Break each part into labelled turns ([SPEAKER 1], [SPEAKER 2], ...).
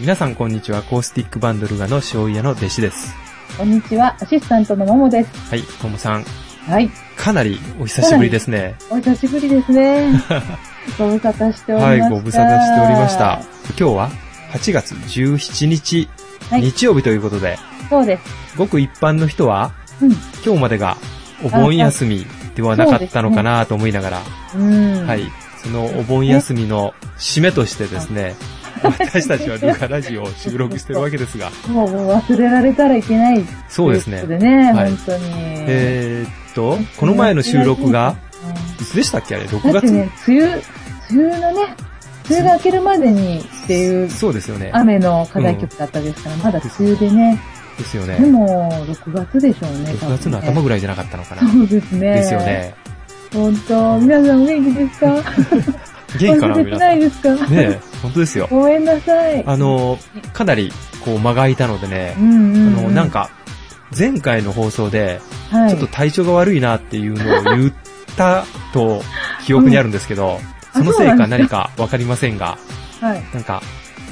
[SPEAKER 1] 皆さんこんにちは、アコースティックバンドルガの塩屋の弟子です。
[SPEAKER 2] こんにちは、アシスタントのももです。
[SPEAKER 1] はい、ともさん、
[SPEAKER 2] はい。
[SPEAKER 1] かなりお久しぶりですね。
[SPEAKER 2] お久しぶりで すね。ご無沙汰しておりま
[SPEAKER 1] は
[SPEAKER 2] し
[SPEAKER 1] い
[SPEAKER 2] た。、
[SPEAKER 1] ご無沙汰しておりました。。今日は8月17日、
[SPEAKER 2] はい
[SPEAKER 1] 日曜日ということで、
[SPEAKER 2] そうです。
[SPEAKER 1] ごく一般の人は
[SPEAKER 2] うん。
[SPEAKER 1] 今日までがお盆休みではなかったのかなと思いながら、
[SPEAKER 2] うん。
[SPEAKER 1] はい。。そのお盆休みの締めとしてですね、私たちはルカラジオを収録してるわけですが、
[SPEAKER 2] もう忘れられたらいけない。
[SPEAKER 1] そうです
[SPEAKER 2] とい
[SPEAKER 1] ね。
[SPEAKER 2] うことでね、
[SPEAKER 1] はい
[SPEAKER 2] 本当に。
[SPEAKER 1] えーっと、この前の収録が、いつでしたっけあれ、
[SPEAKER 2] うん
[SPEAKER 1] 6
[SPEAKER 2] だって
[SPEAKER 1] 月
[SPEAKER 2] ね、梅雨、梅雨のね、梅雨が明けるまでにっていう
[SPEAKER 1] そうですよね。
[SPEAKER 2] 雨の課題曲だったですから、まだ梅雨でね。
[SPEAKER 1] ですよ
[SPEAKER 2] で
[SPEAKER 1] ね。
[SPEAKER 2] も、6月でしょうね、
[SPEAKER 1] 6月の頭
[SPEAKER 2] ぐ
[SPEAKER 1] ぐらいじゃなかったのかな。
[SPEAKER 2] そうですね。
[SPEAKER 1] ですよ。ね。
[SPEAKER 2] 本当、皆さんお元気ですか
[SPEAKER 1] 元気かな、
[SPEAKER 2] 忘れて
[SPEAKER 1] 皆さ。
[SPEAKER 2] なんい
[SPEAKER 1] ね
[SPEAKER 2] ですか
[SPEAKER 1] え、本当ですよ。
[SPEAKER 2] ごめんなさい。
[SPEAKER 1] あ、の、かなり、こう、間が空いたのでね
[SPEAKER 2] う、んう
[SPEAKER 1] あ
[SPEAKER 2] ん、
[SPEAKER 1] の、なん、か、前回の放送で、
[SPEAKER 2] はい、
[SPEAKER 1] ちょっと体調が悪いなっていうのを言ったと記憶にあるんですけど、そのせいか何かわかりませんが、
[SPEAKER 2] はい。
[SPEAKER 1] なんか、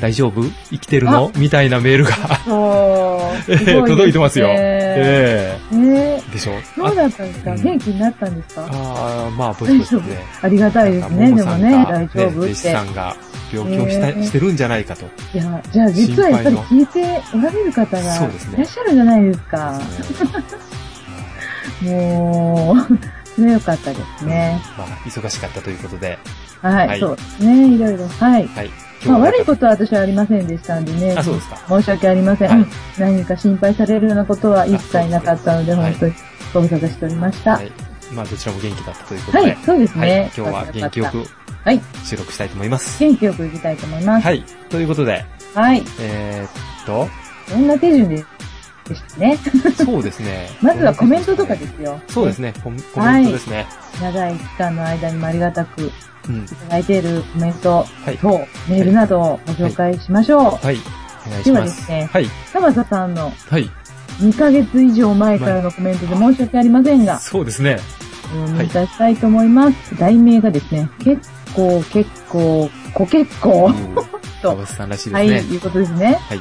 [SPEAKER 1] 大丈夫生きてるのみたいなメールが、
[SPEAKER 2] そう、
[SPEAKER 1] ええ届いてますよ。
[SPEAKER 2] え
[SPEAKER 1] え
[SPEAKER 2] え ね
[SPEAKER 1] えでしょ
[SPEAKER 2] え、どうだったんですか、
[SPEAKER 1] うん
[SPEAKER 2] 元気になったんですか
[SPEAKER 1] ああー、まあ、ぼちぼちですね。
[SPEAKER 2] ありがたいですね、
[SPEAKER 1] なん
[SPEAKER 2] で
[SPEAKER 1] か
[SPEAKER 2] も
[SPEAKER 1] も
[SPEAKER 2] ね、
[SPEAKER 1] もさんが
[SPEAKER 2] 大丈夫っ
[SPEAKER 1] ね
[SPEAKER 2] て。
[SPEAKER 1] 弟子さんが病気をした、
[SPEAKER 2] ええ
[SPEAKER 1] してるんじゃないかと。
[SPEAKER 2] いや、じゃあ実はやっぱり聞いておられる方がい
[SPEAKER 1] そ
[SPEAKER 2] ら
[SPEAKER 1] うですね
[SPEAKER 2] っしゃるじゃないですか。
[SPEAKER 1] ですね
[SPEAKER 2] もう、 それよかったですね。
[SPEAKER 1] まあ、忙しかったということで、
[SPEAKER 2] はい、
[SPEAKER 1] はい
[SPEAKER 2] そうですね、いろいろ。はい。
[SPEAKER 1] はい。
[SPEAKER 2] まあ
[SPEAKER 1] は
[SPEAKER 2] 悪いことは私はありませんでしたんでね。
[SPEAKER 1] あ、そうですか。
[SPEAKER 2] 申し訳ありません。
[SPEAKER 1] はい
[SPEAKER 2] うん何か心配されるようなことは一切なかったので、
[SPEAKER 1] あ
[SPEAKER 2] 本当にご無沙汰しておりました。
[SPEAKER 1] は
[SPEAKER 2] はい、
[SPEAKER 1] い。まあ、どちらも元気だったということで、
[SPEAKER 2] はいそうです
[SPEAKER 1] はい
[SPEAKER 2] ね。
[SPEAKER 1] 今日は元気よく
[SPEAKER 2] はい
[SPEAKER 1] 収録したいと思います。
[SPEAKER 2] 元気よくいきたいと思います。
[SPEAKER 1] はい。ということで、
[SPEAKER 2] はい。
[SPEAKER 1] えーっ と、
[SPEAKER 2] どんな手順でしたね。。
[SPEAKER 1] そうですね
[SPEAKER 2] まずはコメントとかですよ。
[SPEAKER 1] そうですね。コメコメントですね。
[SPEAKER 2] 長い期間の間にもありがたくい
[SPEAKER 1] うん。
[SPEAKER 2] ただいているコメント
[SPEAKER 1] はい。
[SPEAKER 2] とメールなどをご紹介しましょう。
[SPEAKER 1] はい。お願いしま。
[SPEAKER 2] ですはですね
[SPEAKER 1] はい。
[SPEAKER 2] 玉田さんの
[SPEAKER 1] はい。
[SPEAKER 2] 2ヶ月以上前からのコメントで申し訳ありませんが、
[SPEAKER 1] そうですね。
[SPEAKER 2] お読みいたしたいと思います。題名がですね、結構結構、ご結構。
[SPEAKER 1] と。川端さんらしい
[SPEAKER 2] はい、
[SPEAKER 1] ですね。
[SPEAKER 2] いうことですね。
[SPEAKER 1] はい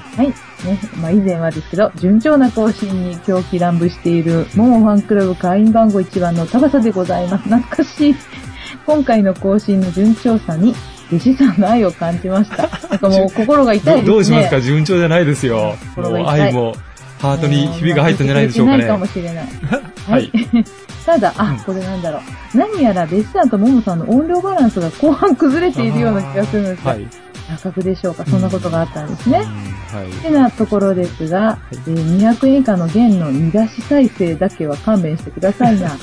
[SPEAKER 2] ね、まあ以前はですけど、順調な更新に狂気乱舞している、モモファンクラブ会員番号1番の高さでございます。懐かしい。今回の更新の順調さに、弟子さんの愛を感じました。なんかも う心が痛いですね。
[SPEAKER 1] どうしますか順調じゃないですよ。も
[SPEAKER 2] 心
[SPEAKER 1] う
[SPEAKER 2] が痛い
[SPEAKER 1] 愛も、ハートにひびが入ったんじゃないでしょうか
[SPEAKER 2] ないかも
[SPEAKER 1] ね。
[SPEAKER 2] しれない。
[SPEAKER 1] は
[SPEAKER 2] はいい。 ただ、
[SPEAKER 1] うん
[SPEAKER 2] あ、これなんだろう。何やら、弟子さんとモモさんの音量バランスが後半崩れているような気がするんですが、
[SPEAKER 1] はい。ね。
[SPEAKER 2] 錯覚でしょうか。そんなことがあったんですね。って
[SPEAKER 1] は
[SPEAKER 2] なところですが、えー200円以下の弦の逃がし再生だけは勘弁してくださ いな。
[SPEAKER 1] い。はい。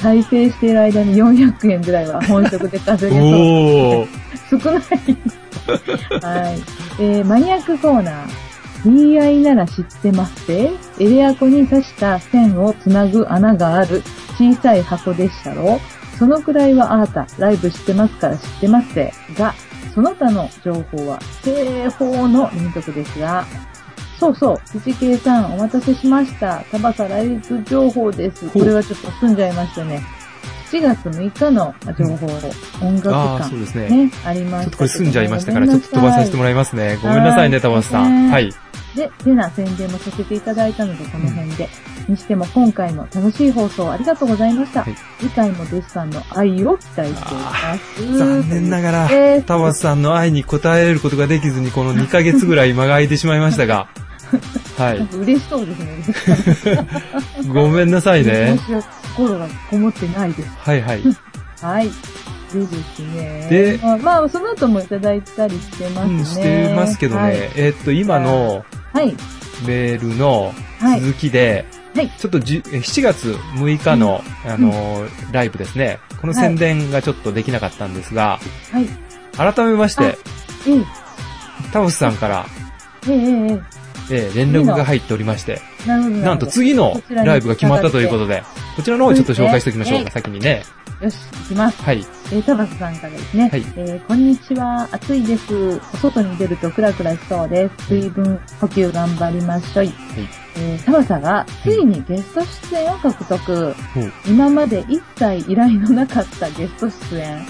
[SPEAKER 2] 再生している間に400円ぐらいは本職で稼げそ
[SPEAKER 1] おー。
[SPEAKER 2] う。少ない。はい。えーマニアックコーナー。DI なら知ってますぜ。エレアコに刺した線をつなぐ穴がある小さい箱でっしたろ。そのくらいはあなた、ライブ知ってますから知ってますぜ。が、その他の情報は、正方の連続ですが、そうそう、藤圭さん、お待たせしました。田バライブ情報です。
[SPEAKER 1] ほう
[SPEAKER 2] これはちょっと済んじゃいましたね。7月6日の情報を、音楽
[SPEAKER 1] ああ、
[SPEAKER 2] 館
[SPEAKER 1] そうですね。
[SPEAKER 2] ね、ありま
[SPEAKER 1] ち
[SPEAKER 2] し
[SPEAKER 1] ょった
[SPEAKER 2] けど。
[SPEAKER 1] とこれ済んじゃいましたから、ちょっと飛ばさせてもらいますね。ごめんなさいね、
[SPEAKER 2] はい
[SPEAKER 1] 玉瀬さん。は。
[SPEAKER 2] はいで、てな宣伝もさせていただいたので、この辺で。にしても、今回も楽しい放送ありがとうございました。
[SPEAKER 1] はい
[SPEAKER 2] 次回も弟子さんの愛を期待しています。
[SPEAKER 1] 残念ながら、
[SPEAKER 2] です
[SPEAKER 1] 玉瀬さんの愛に応えることができずに、この2ヶ月ぐらい間が空いてしまいましたが、は
[SPEAKER 2] なん
[SPEAKER 1] い。
[SPEAKER 2] か嬉しそうですね。
[SPEAKER 1] ごめんなさいね。
[SPEAKER 2] 私は心がこもってないです。
[SPEAKER 1] はいはい。
[SPEAKER 2] はい。でですね。
[SPEAKER 1] で
[SPEAKER 2] まあ、まあその後もいただいたりしてま
[SPEAKER 1] う
[SPEAKER 2] すね。
[SPEAKER 1] ん、してますけど
[SPEAKER 2] はい
[SPEAKER 1] ね。えーっと、今の
[SPEAKER 2] はい。
[SPEAKER 1] メールの
[SPEAKER 2] はい。
[SPEAKER 1] 続きで、
[SPEAKER 2] はい
[SPEAKER 1] ちょっとじゅえ7月6日の、あのー、ライブですね。この宣伝がちょっとできなかったんですが、
[SPEAKER 2] はい。
[SPEAKER 1] 改めまして、
[SPEAKER 2] ええ、
[SPEAKER 1] タオスさんから、
[SPEAKER 2] ええ、ええ。
[SPEAKER 1] えー連絡が入っておりまして、
[SPEAKER 2] なるほど。るほど
[SPEAKER 1] なんと次のライブが決まったということで、こちらの方をちょっと紹介しておきましょうか、先にね。
[SPEAKER 2] よし、行きます。
[SPEAKER 1] はい。
[SPEAKER 2] えー、タバスさんからですね。
[SPEAKER 1] はい
[SPEAKER 2] えーこんにちは。暑いです。お外に出るとクラクラしそうです。水分補給頑張りましょい。えー、タバサがついにゲスト出演を獲得。
[SPEAKER 1] うん
[SPEAKER 2] 今まで一切依頼のなかったゲスト出演。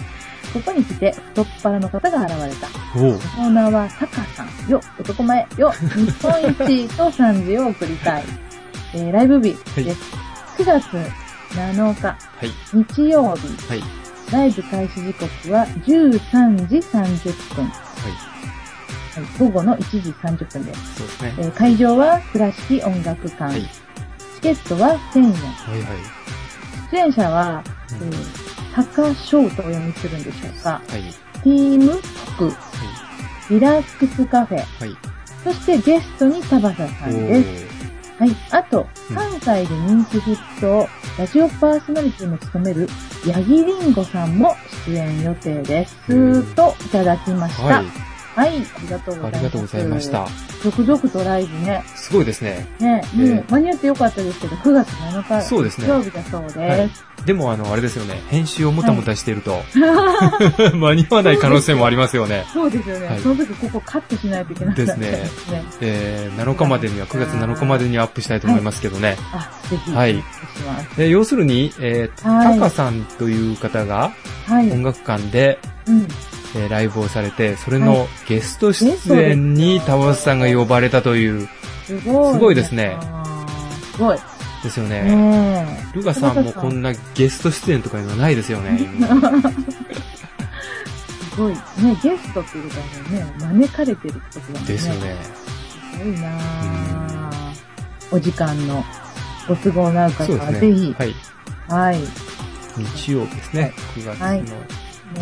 [SPEAKER 2] ここに来て、太っ腹の方が現れた。
[SPEAKER 1] おう
[SPEAKER 2] コーナーは、タカさん、よ、男前、よ、日本一と賛辞を送りたい。えーライブ日です。9月7日、
[SPEAKER 1] はい。
[SPEAKER 2] 日曜日、
[SPEAKER 1] はい。
[SPEAKER 2] ライブ開始時刻は13時30分、
[SPEAKER 1] はい。
[SPEAKER 2] はい午後の1時30分です。
[SPEAKER 1] そうですね。
[SPEAKER 2] えー会場は倉敷音楽館。
[SPEAKER 1] はい。
[SPEAKER 2] チケットは1000円。
[SPEAKER 1] はいはい。
[SPEAKER 2] 出演者は、え
[SPEAKER 1] うん
[SPEAKER 2] ー、タカショーとお読みするんでしょうか。
[SPEAKER 1] はい。
[SPEAKER 2] ティームク、リラックスカフェ、
[SPEAKER 1] はい。はい。
[SPEAKER 2] そしてゲストに田畑さんです。はい。あと、
[SPEAKER 1] うん
[SPEAKER 2] 関西で人気沸騰、ラジオパーソナリティも務める、ヤギリンゴさんも出演予定です。
[SPEAKER 1] へー
[SPEAKER 2] と、いただきました。
[SPEAKER 1] おーは
[SPEAKER 2] はいい。。ありがとうござ
[SPEAKER 1] あ
[SPEAKER 2] います。
[SPEAKER 1] りがとうございまし。た。
[SPEAKER 2] 続々とライブね。
[SPEAKER 1] すごいですね。
[SPEAKER 2] ね、
[SPEAKER 1] えー
[SPEAKER 2] もう間に合ってよかったですけど、9月7日。
[SPEAKER 1] そうですね
[SPEAKER 2] 土曜日だそうです。
[SPEAKER 1] はいでも、あの、あれですよね。編集をもたもたしている と、間に合わない可能性もありますよね。
[SPEAKER 2] そうですよね、
[SPEAKER 1] はい
[SPEAKER 2] その時ここカットしないといけなくなっちゃいますね。
[SPEAKER 1] えー、7日までには、9月7日までにはアップしたいと思いますけどね。
[SPEAKER 2] あ、ぜひ。
[SPEAKER 1] はい
[SPEAKER 2] お願します。
[SPEAKER 1] えー要するに、えー、
[SPEAKER 2] は
[SPEAKER 1] タ
[SPEAKER 2] い
[SPEAKER 1] カさんという方が
[SPEAKER 2] はい。
[SPEAKER 1] 音楽館で、
[SPEAKER 2] うん。
[SPEAKER 1] えーライブをされて、それのゲスト出演
[SPEAKER 2] ゲ
[SPEAKER 1] に
[SPEAKER 2] ストです
[SPEAKER 1] タ
[SPEAKER 2] よ
[SPEAKER 1] ワスさんが呼ばれたという、
[SPEAKER 2] すごい。
[SPEAKER 1] すごいですね
[SPEAKER 2] あー。すごい。
[SPEAKER 1] ですよね。
[SPEAKER 2] ね
[SPEAKER 1] ルカさんもこんなゲスト出演とかいうのはないですよ ね。
[SPEAKER 2] え。すごい。ねゲストっていうことはね、招かれてるってことだもんね。
[SPEAKER 1] ですよ。ね。
[SPEAKER 2] すごいなあお時間のご都合なんか
[SPEAKER 1] そう
[SPEAKER 2] は、
[SPEAKER 1] です
[SPEAKER 2] ぜ
[SPEAKER 1] ね
[SPEAKER 2] ひ。。
[SPEAKER 1] はい。
[SPEAKER 2] はい。
[SPEAKER 1] 日曜日ですね。9月
[SPEAKER 2] はい
[SPEAKER 1] の。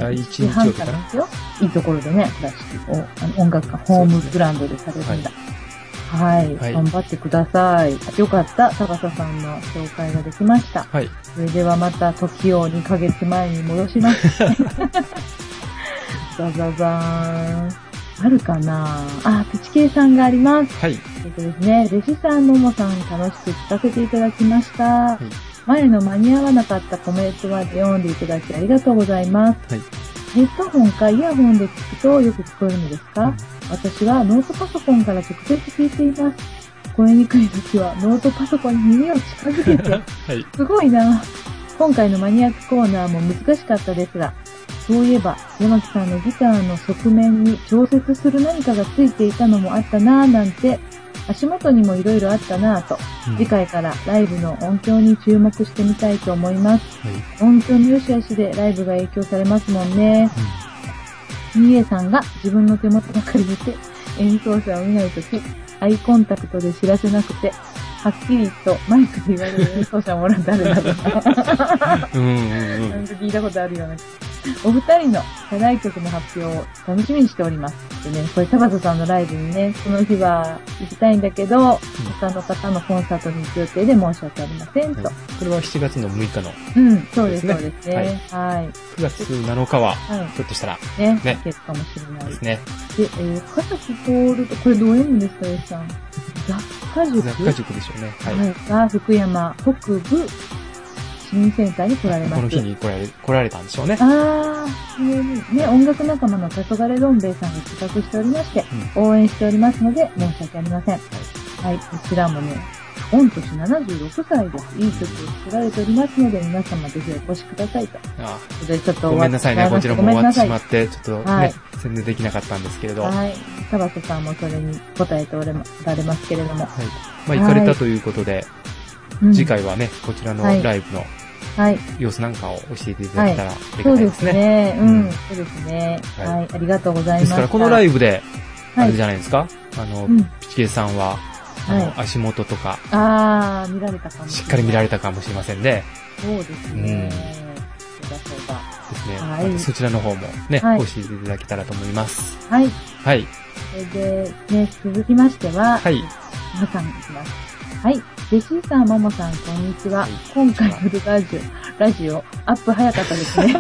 [SPEAKER 1] 第一日
[SPEAKER 2] ね
[SPEAKER 1] 曜日かな
[SPEAKER 2] 7時半らですよ。いいところでね、倉敷を、あの音楽館、ホームグラウンドでされるんだ。はい、
[SPEAKER 1] はい
[SPEAKER 2] 頑張ってください。よかった。高佐さんの紹介ができました。
[SPEAKER 1] はい。
[SPEAKER 2] それではまた時を2ヶ月前に戻 します。ザザザーン。あるかなあ、プチケイさんがあります。
[SPEAKER 1] はい。
[SPEAKER 2] えっとですね、レシさん、ももさん、楽しく聞かせていただきました。
[SPEAKER 1] い
[SPEAKER 2] 前の間に合わなかったコメントまで読んでいただきありがとうございます。
[SPEAKER 1] はい
[SPEAKER 2] ヘッドホンかイヤホンで聞くとよく聞こえるのですか、私はノートパソコンから直接聞いています。聞こえにくい時はノートパソコンに耳を近づけて、
[SPEAKER 1] はい。
[SPEAKER 2] すごいな。今回のマニアックコーナーも難しかったですが、そういえば、山木さんのギターの側面に調節する何かがついていたのもあったなぁなんて、足元にも色々あったなぁと、
[SPEAKER 1] うん
[SPEAKER 2] 次回からライブの音響に注目してみたいと思います。
[SPEAKER 1] はい。
[SPEAKER 2] 音響の良し悪しでライブが影響されますもんね。PA さんが自分の手元ばかり見て演奏者を見ないとき、アイコンタクトで知らせなくて、はっきりとマイクで言われる演奏者もらったなど
[SPEAKER 1] うんうんうんう
[SPEAKER 2] なん
[SPEAKER 1] ん。
[SPEAKER 2] か聞いたことあるような。お二人の課題曲の発表を楽しみにしております。でね、これ、田畑さんのライブにね、その日は行きたいんだけど、他の方のコンサートに行く予定で申し訳ありませんと。
[SPEAKER 1] これは7月の6日の、
[SPEAKER 2] うん、そうです、
[SPEAKER 1] で
[SPEAKER 2] そう
[SPEAKER 1] すね
[SPEAKER 2] ですね。はい。
[SPEAKER 1] 9月7日は、
[SPEAKER 2] は
[SPEAKER 1] ひょっとしたら
[SPEAKER 2] い。ね、
[SPEAKER 1] ね
[SPEAKER 2] いけるかもしれな
[SPEAKER 1] で
[SPEAKER 2] いです
[SPEAKER 1] す。ね。
[SPEAKER 2] で、えー、家族通ると、これどう読むんですか、よしさん。雑貨塾
[SPEAKER 1] 雑貨塾でしょうね。はい。
[SPEAKER 2] はい。が、福山北部市民センターに来られます。
[SPEAKER 1] この日に来られ、来られたんでしょうね。
[SPEAKER 2] ああ、ね、音楽仲間の黄昏どん兵衛さんが企画しておりまして、応援しておりますので、申し訳ありません。はい、こちらもね、御年76歳です。いい曲を作られておりますので、皆様ぜひお越しくださいと。
[SPEAKER 1] あ
[SPEAKER 2] それでちょっと
[SPEAKER 1] ごめんなさいね。こちらも
[SPEAKER 2] ごめ
[SPEAKER 1] 終
[SPEAKER 2] ん
[SPEAKER 1] わ
[SPEAKER 2] な
[SPEAKER 1] って
[SPEAKER 2] さ
[SPEAKER 1] し
[SPEAKER 2] い
[SPEAKER 1] まって、ちょっと
[SPEAKER 2] はい
[SPEAKER 1] ね、宣伝できなかったんですけれど。ま
[SPEAKER 2] はい。田畑さんもそれに答えておられますけれども。
[SPEAKER 1] あ、行かれたということで、
[SPEAKER 2] うん
[SPEAKER 1] 次。回はね、こちらの
[SPEAKER 2] はい
[SPEAKER 1] ライブの
[SPEAKER 2] はい。
[SPEAKER 1] 様子なんかを教えていただけたらあり
[SPEAKER 2] そ
[SPEAKER 1] が
[SPEAKER 2] う
[SPEAKER 1] たい
[SPEAKER 2] で
[SPEAKER 1] です
[SPEAKER 2] す
[SPEAKER 1] ね。
[SPEAKER 2] ね。う
[SPEAKER 1] うん
[SPEAKER 2] ん。そうですね。
[SPEAKER 1] はい
[SPEAKER 2] はい。ありがとうございま
[SPEAKER 1] で
[SPEAKER 2] し
[SPEAKER 1] す
[SPEAKER 2] た。
[SPEAKER 1] から、このラ
[SPEAKER 2] イ
[SPEAKER 1] イブで、
[SPEAKER 2] は
[SPEAKER 1] あ
[SPEAKER 2] い
[SPEAKER 1] れじゃないですか、あの、
[SPEAKER 2] うん
[SPEAKER 1] ピチケイさんは、あ
[SPEAKER 2] はい
[SPEAKER 1] の、足元とか、
[SPEAKER 2] あー、見られたかも
[SPEAKER 1] しっかり見られ
[SPEAKER 2] た。
[SPEAKER 1] たかもしれませんで、
[SPEAKER 2] そうですね。そうだそうだ。
[SPEAKER 1] ですね。
[SPEAKER 2] はい
[SPEAKER 1] またそちらの方もね、
[SPEAKER 2] はい
[SPEAKER 1] 教えていただけたらと思います。
[SPEAKER 2] はい。
[SPEAKER 1] はい。
[SPEAKER 2] それで、ね、続きましては、
[SPEAKER 1] はい。
[SPEAKER 2] 皆さんいきます。はい。ジェシーさん、ももさん、こんにちは。
[SPEAKER 1] はい
[SPEAKER 2] 今回のルラジオ、ラジオ、アップ早かったです ね。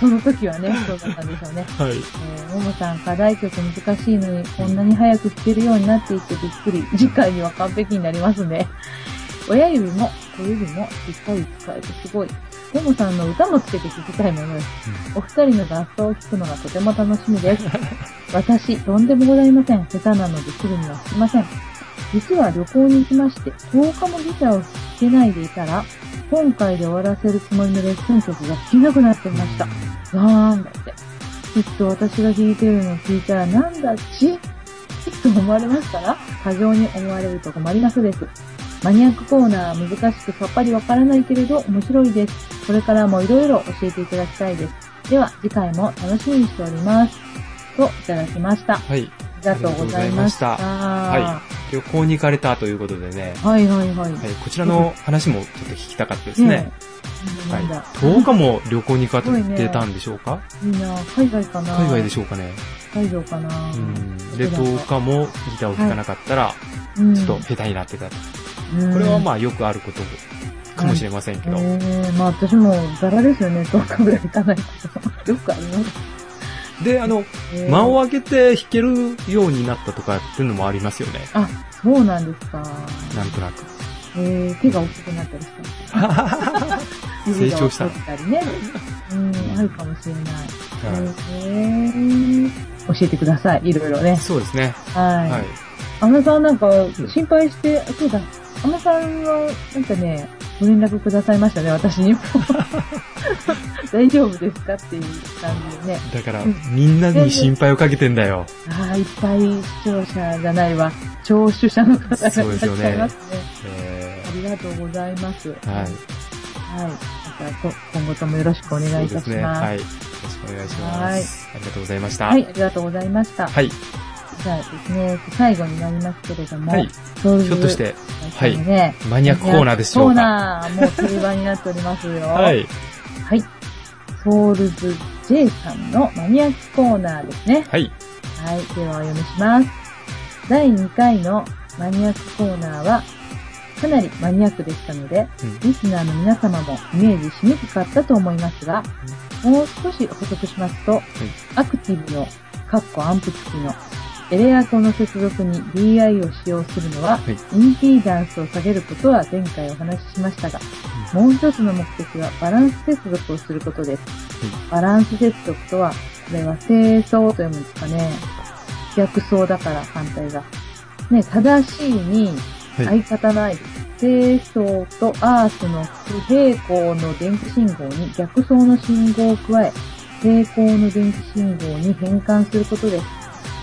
[SPEAKER 2] その時はね、そうだったんでしょうね。
[SPEAKER 1] はい。
[SPEAKER 2] えーももさん、課題曲難しいのに、こんなに早く弾けるようになっていってびっくり。次回には完璧になりますね。親指も小指もしっかり使えてすごい。ももさんの歌もつけて聴きたいものです。お二人の合奏を聴くのがとても楽しみです。私、とんでもございません。下手なのですぐには弾きません。実は旅行に行きまして、10日もギターを弾けないでいたら、今回で終わらせるつもりのレッスン曲が弾けなくなってました。なんだって。きっと私が弾いてるのを聞いたら、なんだっちと思われますから、過剰に思われると困りますです。マニアックコーナーは難しくさっぱりわからないけれど面白いです。これからもいろいろ教えていただきたいです。では、次回も楽しみにしております。と、いただきました。あ
[SPEAKER 1] はい。
[SPEAKER 2] りがとうございました。
[SPEAKER 1] ありが
[SPEAKER 2] は
[SPEAKER 1] 旅行に行かれたということでね、
[SPEAKER 2] い。はいはいはい。
[SPEAKER 1] はい、こちらの話もちょっと聞きたかったですね。
[SPEAKER 2] え。
[SPEAKER 1] は
[SPEAKER 2] ないんだ。。
[SPEAKER 1] 10日も旅行に行かれてたんでしょうか、
[SPEAKER 2] いいな海外かな
[SPEAKER 1] 海外で
[SPEAKER 2] ょ
[SPEAKER 1] しょうかね。
[SPEAKER 2] 海外かな
[SPEAKER 1] うん。で、10日もギターを弾かなかったら、
[SPEAKER 2] うん
[SPEAKER 1] ちょっと下手になってた。こ
[SPEAKER 2] うん
[SPEAKER 1] れはまあよくあることかもしれませんけど。
[SPEAKER 2] ええまあ私もザラですよね、10日ぐらい行かないと。よくあります。
[SPEAKER 1] で、あの、
[SPEAKER 2] えー
[SPEAKER 1] 間を空けて弾けるようになったとかっていうのもありますよね。
[SPEAKER 2] あ、そうなんですか。
[SPEAKER 1] なんとなく。
[SPEAKER 2] えー、手が大きくなったりしたんで すか指が
[SPEAKER 1] 成長した
[SPEAKER 2] 大きくなったりね。うん、あるかもしれない。
[SPEAKER 1] は
[SPEAKER 2] えー、教えてください、いろいろね
[SPEAKER 1] い、。そうですね。
[SPEAKER 2] はい。
[SPEAKER 1] はい。
[SPEAKER 2] アナさんなんか心配して、そうだ、アナさんはなんかね、ご連絡くださいましたね、私 にも。大丈夫ですかっていう感じでね。
[SPEAKER 1] だから
[SPEAKER 2] うん、
[SPEAKER 1] みんなに心配をかけてんだよ。
[SPEAKER 2] ああ、いっぱい視聴者じゃないわ、聴取者の方がいらっし
[SPEAKER 1] そうですよね
[SPEAKER 2] ゃいますね。
[SPEAKER 1] え
[SPEAKER 2] ありがとうございます。
[SPEAKER 1] ーはい。
[SPEAKER 2] はい。またこ今後ともよろしくお願いいたします。
[SPEAKER 1] そうですね。はい。よろしくお願いします。ありがとうございました。
[SPEAKER 2] はい、ありがとうございました。
[SPEAKER 1] はい。
[SPEAKER 2] じゃあですね、最後になりますけれども、
[SPEAKER 1] はい。
[SPEAKER 2] そういう
[SPEAKER 1] ひょっとして、
[SPEAKER 2] ですね、
[SPEAKER 1] マニアックコーナーでしょ
[SPEAKER 2] コー
[SPEAKER 1] うか。
[SPEAKER 2] ナー、もう定番になっておりますよ。
[SPEAKER 1] は。い。
[SPEAKER 2] はい。ソウルズ J さんのマニアックコーナーですね。
[SPEAKER 1] はい。
[SPEAKER 2] はい。ではお読みします。第2回のマニアックコーナーは、かなりマニアックでしたので、
[SPEAKER 1] うん
[SPEAKER 2] リスナーの皆様もイメージしにくかったと思いますが、もう少し補足しますと、アクティブの、カッコアンプ付きの、エレアコの接続に DI を使用するの
[SPEAKER 1] は
[SPEAKER 2] は、
[SPEAKER 1] い
[SPEAKER 2] インピーダンスを下げることは前回お話ししましたが、もう一つの目的はバランス接続をすることです。バランス接続とは、これは清掃と読むんですかね。逆走だから反対が。ね、正しいに
[SPEAKER 1] はい
[SPEAKER 2] 相方ないです。清掃とアースの不平行の電気信号に逆走の信号を加え、平行の電気信号に変換することです。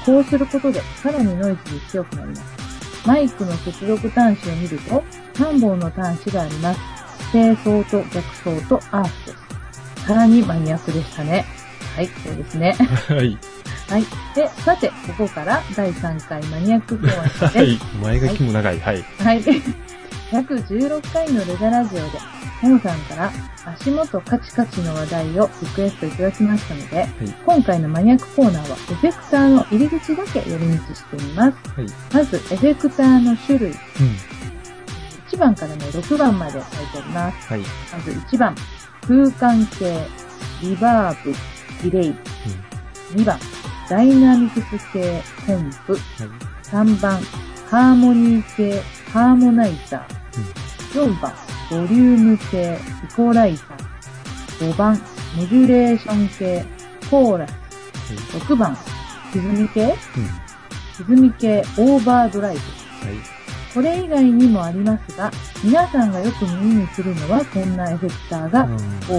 [SPEAKER 2] こうすることで、さらにノイズに強くなります。マイクの接続端子を見ると、3本の端子があります。正相と逆相とアースです。さらにマニアックでしたね。はい、そうですね。
[SPEAKER 1] はい。
[SPEAKER 2] はい。で、さて、ここから第3回マニアックコーナー
[SPEAKER 1] は
[SPEAKER 2] で
[SPEAKER 1] い。前書きも長い。はい。
[SPEAKER 2] す。はい。116回のレザラジオで、ももさんから足元カチカチの話題をリクエストいただきましたので、今回のマニアックコーナーはエフェクターの入り口だけ寄り道してみます。
[SPEAKER 1] はい。
[SPEAKER 2] まず、エフェクターの種類、
[SPEAKER 1] うん。
[SPEAKER 2] 1番からね、6番まで書いてあります。
[SPEAKER 1] はい。うん。
[SPEAKER 2] まず1番、空間系、リバーブ、ディレイ。2番、ダイナミクス系、コンプ。
[SPEAKER 1] はい。
[SPEAKER 2] 3番、ハーモニー系、ハーモナイザー。4番、ボリューム系、イコライザー。5番、モジュレーション系、コーラス。6番、歪み系、
[SPEAKER 1] うん。
[SPEAKER 2] 歪み系、オーバードライブ。
[SPEAKER 1] はい。
[SPEAKER 2] これ以外にもありますが、皆さんがよく耳にするのはこんなエフェクターが
[SPEAKER 1] う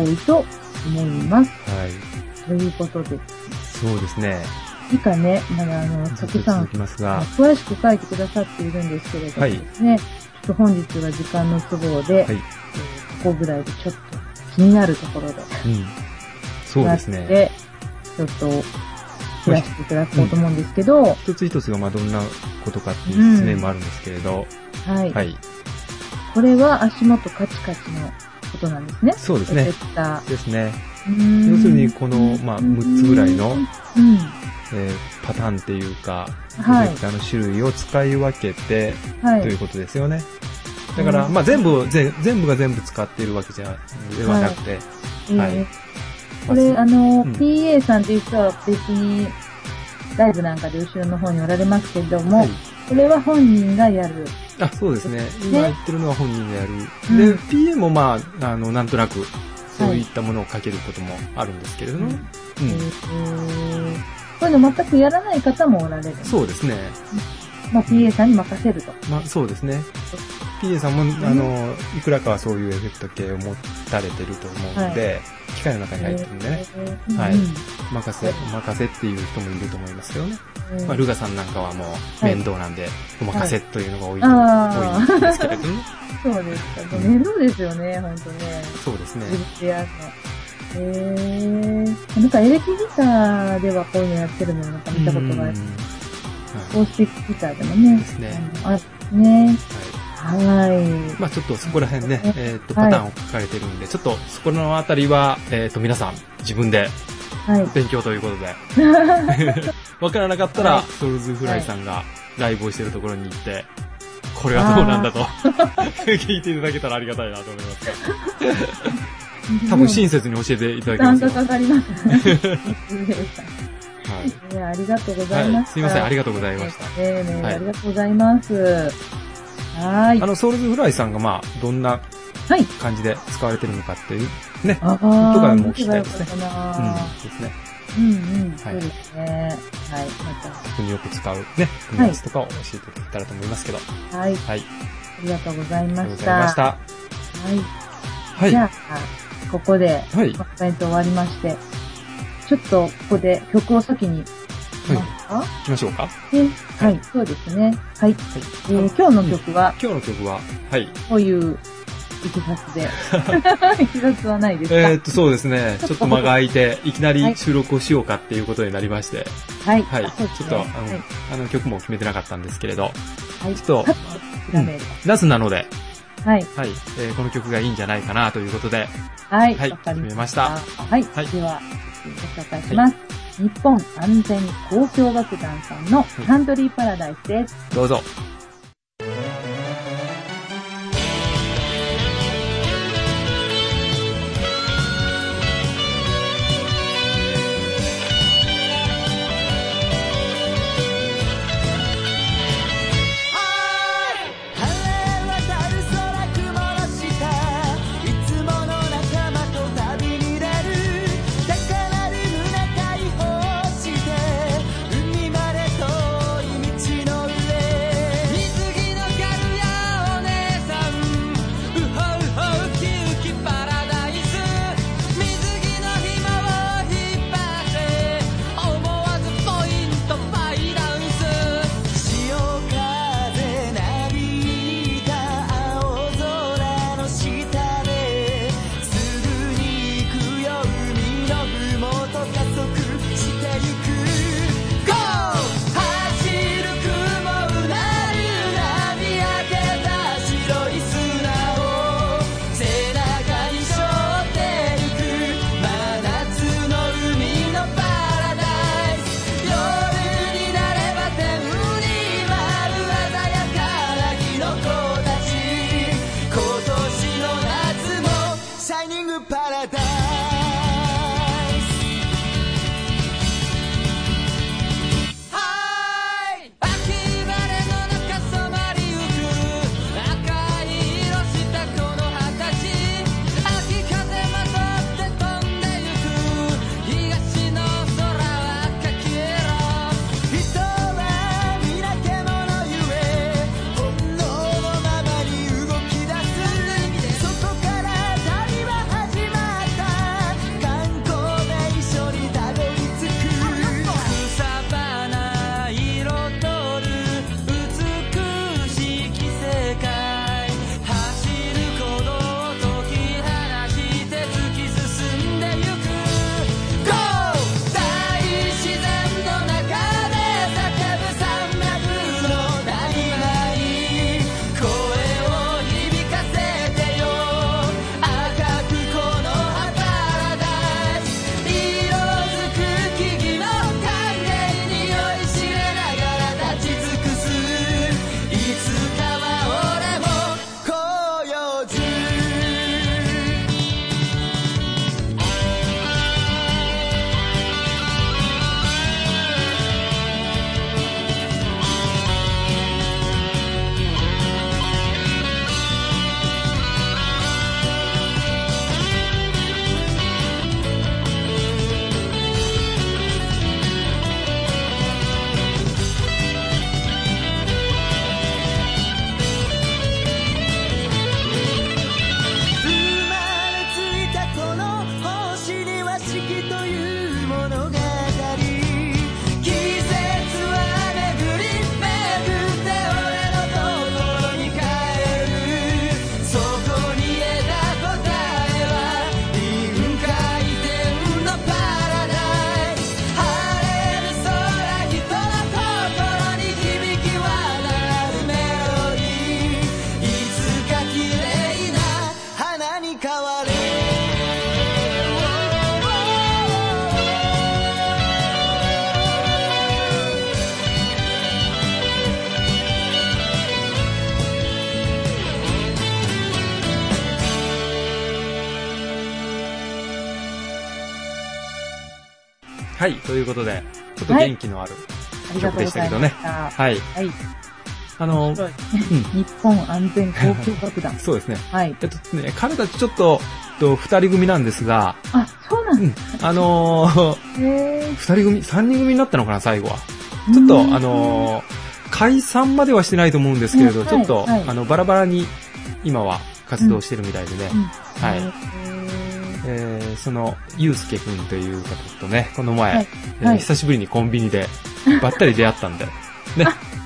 [SPEAKER 1] ん
[SPEAKER 2] 多いと思います。
[SPEAKER 1] はい。
[SPEAKER 2] ということで、
[SPEAKER 1] そうですね。
[SPEAKER 2] 以下ね、まだあの、
[SPEAKER 1] ち
[SPEAKER 2] た
[SPEAKER 1] ょっと
[SPEAKER 2] くさん
[SPEAKER 1] 続きますが。
[SPEAKER 2] 詳しく書いてくださっているんですけれども
[SPEAKER 1] はい
[SPEAKER 2] ですね、ちょっと本日は時間の都合で、
[SPEAKER 1] は
[SPEAKER 2] え
[SPEAKER 1] い
[SPEAKER 2] ーここぐらいでちょっと気になるところで、
[SPEAKER 1] うん。そうです
[SPEAKER 2] なっ
[SPEAKER 1] ね。
[SPEAKER 2] てちょっと増やしていただこうと思うんですけど、
[SPEAKER 1] 一つ一つがまあどんなことかっていう説明もあるんですけれど。
[SPEAKER 2] はい、
[SPEAKER 1] はい。
[SPEAKER 2] これは足元カチカチのことなんですね。
[SPEAKER 1] そうです
[SPEAKER 2] エ
[SPEAKER 1] ね。
[SPEAKER 2] フェクタ
[SPEAKER 1] ですね。
[SPEAKER 2] ー。
[SPEAKER 1] 要するにこの、まあ、6つぐらいの、
[SPEAKER 2] うん、
[SPEAKER 1] えーパターンっていうか、
[SPEAKER 2] は
[SPEAKER 1] エフェクターの種類を使い分けて
[SPEAKER 2] い。は
[SPEAKER 1] とい
[SPEAKER 2] い。
[SPEAKER 1] うことですよね。だから、まあ、全部を、全全部が全部使っているわけじゃ、ではなくて、はい
[SPEAKER 2] えー
[SPEAKER 1] ま
[SPEAKER 2] こ
[SPEAKER 1] あ
[SPEAKER 2] れ、あの、
[SPEAKER 1] うん
[SPEAKER 2] PA さんっていう人は別に、ライブなんかで後ろの方におられますけれども、
[SPEAKER 1] はい
[SPEAKER 2] これは本人がやる。
[SPEAKER 1] あ、そうですね。今言ってるのは本人でやる。で
[SPEAKER 2] うん、
[SPEAKER 1] PA もまあ、あの、なんとなく、そういったものをかけることもあるんですけれども、
[SPEAKER 2] うん
[SPEAKER 1] うん。
[SPEAKER 2] えーこういうの全くやらない方もおられる。
[SPEAKER 1] そうですね。
[SPEAKER 2] まあ、PA さんに任せると。
[SPEAKER 1] まあ、そうですね。 PJ さんも、あの、いくらかはそういうエフェクト系を持たれてると思うので、機械の中に入ってるんでね、
[SPEAKER 2] うん
[SPEAKER 1] はい
[SPEAKER 2] うん
[SPEAKER 1] 任せ、任せっていう人もいると思いますけどね。
[SPEAKER 2] うん
[SPEAKER 1] まあ、ルガさんなんかはもう
[SPEAKER 2] はい
[SPEAKER 1] 面倒なんで、お任せというのが多い、
[SPEAKER 2] あー
[SPEAKER 1] 多いんですけれどね。
[SPEAKER 2] そうですか。面倒ですよね、ほんとね。
[SPEAKER 1] そうです ね
[SPEAKER 2] 自。分でやるの。へえ。なんかエレキギターではこういうのやってるのなんか見たことがあ
[SPEAKER 1] うん。
[SPEAKER 2] るアコースティックギターでもね。
[SPEAKER 1] ですね
[SPEAKER 2] あの。あね。
[SPEAKER 1] はい
[SPEAKER 2] はい。
[SPEAKER 1] まあちょっとそこら辺ね、
[SPEAKER 2] うん
[SPEAKER 1] えっと、パ
[SPEAKER 2] はい
[SPEAKER 1] ターンを書かれてるんで、ちょっとそこのあたりは、えっと、皆さん、自分で
[SPEAKER 2] はい。
[SPEAKER 1] 勉強という ことで。わからなかったら、
[SPEAKER 2] はい
[SPEAKER 1] ソルズフライさんがライブをしてるところに行って、これはどうなんだと、 聞いていただけたらありがたいなと思います。多分親切に教えていただ
[SPEAKER 2] 時
[SPEAKER 1] けま
[SPEAKER 2] 間
[SPEAKER 1] すよ。
[SPEAKER 2] が
[SPEAKER 1] は
[SPEAKER 2] かかります ね。
[SPEAKER 1] い。
[SPEAKER 2] ねありがとうござい
[SPEAKER 1] は
[SPEAKER 2] ま
[SPEAKER 1] い。
[SPEAKER 2] す。
[SPEAKER 1] すいません、あり
[SPEAKER 2] が
[SPEAKER 1] がとうございました。
[SPEAKER 2] た。ねね
[SPEAKER 1] はい
[SPEAKER 2] ありがとうございます。はい
[SPEAKER 1] あ。の、ソウルズフライさんがまあ、どんな
[SPEAKER 2] はい。
[SPEAKER 1] 感じで使われてるのかっていう、ね。
[SPEAKER 2] ああ、
[SPEAKER 1] とかも聞きたいですね
[SPEAKER 2] どうだろう
[SPEAKER 1] う、
[SPEAKER 2] かなん
[SPEAKER 1] ですね。
[SPEAKER 2] うんうん、
[SPEAKER 1] は
[SPEAKER 2] そ
[SPEAKER 1] いう
[SPEAKER 2] ですね。はい、ま
[SPEAKER 1] 特によく使うね、組み合わせとかを教えていただけたらと思いますけど。はい。
[SPEAKER 2] た、
[SPEAKER 1] あ
[SPEAKER 2] はい、
[SPEAKER 1] り
[SPEAKER 2] ありがとうございま
[SPEAKER 1] がとうござ
[SPEAKER 2] し
[SPEAKER 1] いま
[SPEAKER 2] た。
[SPEAKER 1] した。
[SPEAKER 2] はい、
[SPEAKER 1] はい。
[SPEAKER 2] じ
[SPEAKER 1] は
[SPEAKER 2] ゃあ、ここで、
[SPEAKER 1] い。
[SPEAKER 2] まあコメント終わりまして、ちょっとここで曲を先に、
[SPEAKER 1] はい。
[SPEAKER 2] ますか
[SPEAKER 1] 行きましょうか。
[SPEAKER 2] ではい、そうですね。はい。えー今日の曲は、
[SPEAKER 1] 今日の曲は、はい。
[SPEAKER 2] こういう、いきさつで。 いきさつはないですか、
[SPEAKER 1] えーっと、そうです ね。ちょっと間が空いて、いきなり収録をしようかっていうことになりまして、
[SPEAKER 2] はい。
[SPEAKER 1] はい。
[SPEAKER 2] そうで
[SPEAKER 1] ちょ
[SPEAKER 2] すね
[SPEAKER 1] っと、あ
[SPEAKER 2] は
[SPEAKER 1] の
[SPEAKER 2] い。、
[SPEAKER 1] あの曲も決めてなかったんですけれど、
[SPEAKER 2] はい
[SPEAKER 1] ちょっと
[SPEAKER 2] さと調べる
[SPEAKER 1] ナスなので、
[SPEAKER 2] はい。
[SPEAKER 1] はい。えーこの曲がいいんじゃないかなということで、
[SPEAKER 2] はい。
[SPEAKER 1] はい
[SPEAKER 2] わかり
[SPEAKER 1] 決めました
[SPEAKER 2] はい。
[SPEAKER 1] はい
[SPEAKER 2] では、ご紹介します。日本安全交響楽団さんのカントリーパラダイスです。
[SPEAKER 1] どうぞ。
[SPEAKER 3] 晴れ渡る空曇らしたいつもの仲間と旅に出る宝に胸解放して海まで遠い道の上
[SPEAKER 1] はい、ということで、ちょっと元気のある。
[SPEAKER 2] ありがとうございました。
[SPEAKER 1] はい。
[SPEAKER 2] はい。
[SPEAKER 1] あの、
[SPEAKER 2] 面白い
[SPEAKER 1] うん、。
[SPEAKER 2] 日本安全航空爆弾
[SPEAKER 1] そうですね。
[SPEAKER 2] はい。
[SPEAKER 1] えっとね、彼たちちょっと、えっと二人組なんですが、
[SPEAKER 2] あ、そうなん
[SPEAKER 1] う
[SPEAKER 2] で
[SPEAKER 1] ん、あのー
[SPEAKER 2] すね。
[SPEAKER 1] 二人組、三人組になったのかな、最後は。ちょっと、あのー解散まではしてないと思うんですけれど、
[SPEAKER 2] うん
[SPEAKER 1] ちょっと、
[SPEAKER 2] はいはい
[SPEAKER 1] あの、バラバラに、今は活動してるみたいでね、
[SPEAKER 2] うん、
[SPEAKER 1] はい
[SPEAKER 2] い。
[SPEAKER 1] えーその、ゆうすけくんという方とね、この前、
[SPEAKER 2] はい
[SPEAKER 1] えー
[SPEAKER 2] はい
[SPEAKER 1] 久しぶりにコンビニで、ばったり出会った んで、ね、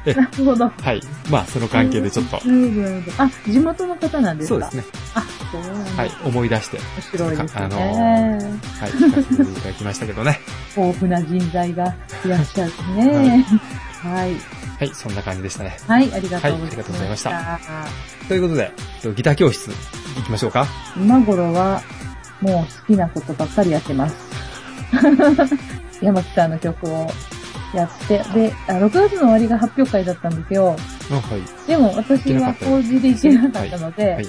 [SPEAKER 2] なるほど。
[SPEAKER 1] はい。まあ、その関係でちょっと、
[SPEAKER 2] なるほどなるほどあ、地元の方なんです
[SPEAKER 1] そう
[SPEAKER 2] か
[SPEAKER 1] です
[SPEAKER 2] ね。
[SPEAKER 1] ね、
[SPEAKER 2] あ、そうなんです、
[SPEAKER 1] はい、思い出して、
[SPEAKER 2] 面白いですね。
[SPEAKER 1] あのはい、聞かせていただきましたけど ね。
[SPEAKER 2] 豊富な人材がいらっしゃるね。はい。
[SPEAKER 1] はい、そんな感じでしたね。
[SPEAKER 2] はい、ありがとう
[SPEAKER 1] はいありがとうご
[SPEAKER 2] ござ
[SPEAKER 1] ざ
[SPEAKER 2] い
[SPEAKER 1] い
[SPEAKER 2] ま
[SPEAKER 1] ま
[SPEAKER 2] し。
[SPEAKER 1] したたということで、えっとギター教室、行きましょうか。
[SPEAKER 2] 今頃は、もう好きなことばっかりやってます。 山木さんの曲をやって、で、あ6月の終わりが発表会だったんですよ。
[SPEAKER 1] あ、はい。
[SPEAKER 2] でも私は法事で行けなかったので、
[SPEAKER 1] はい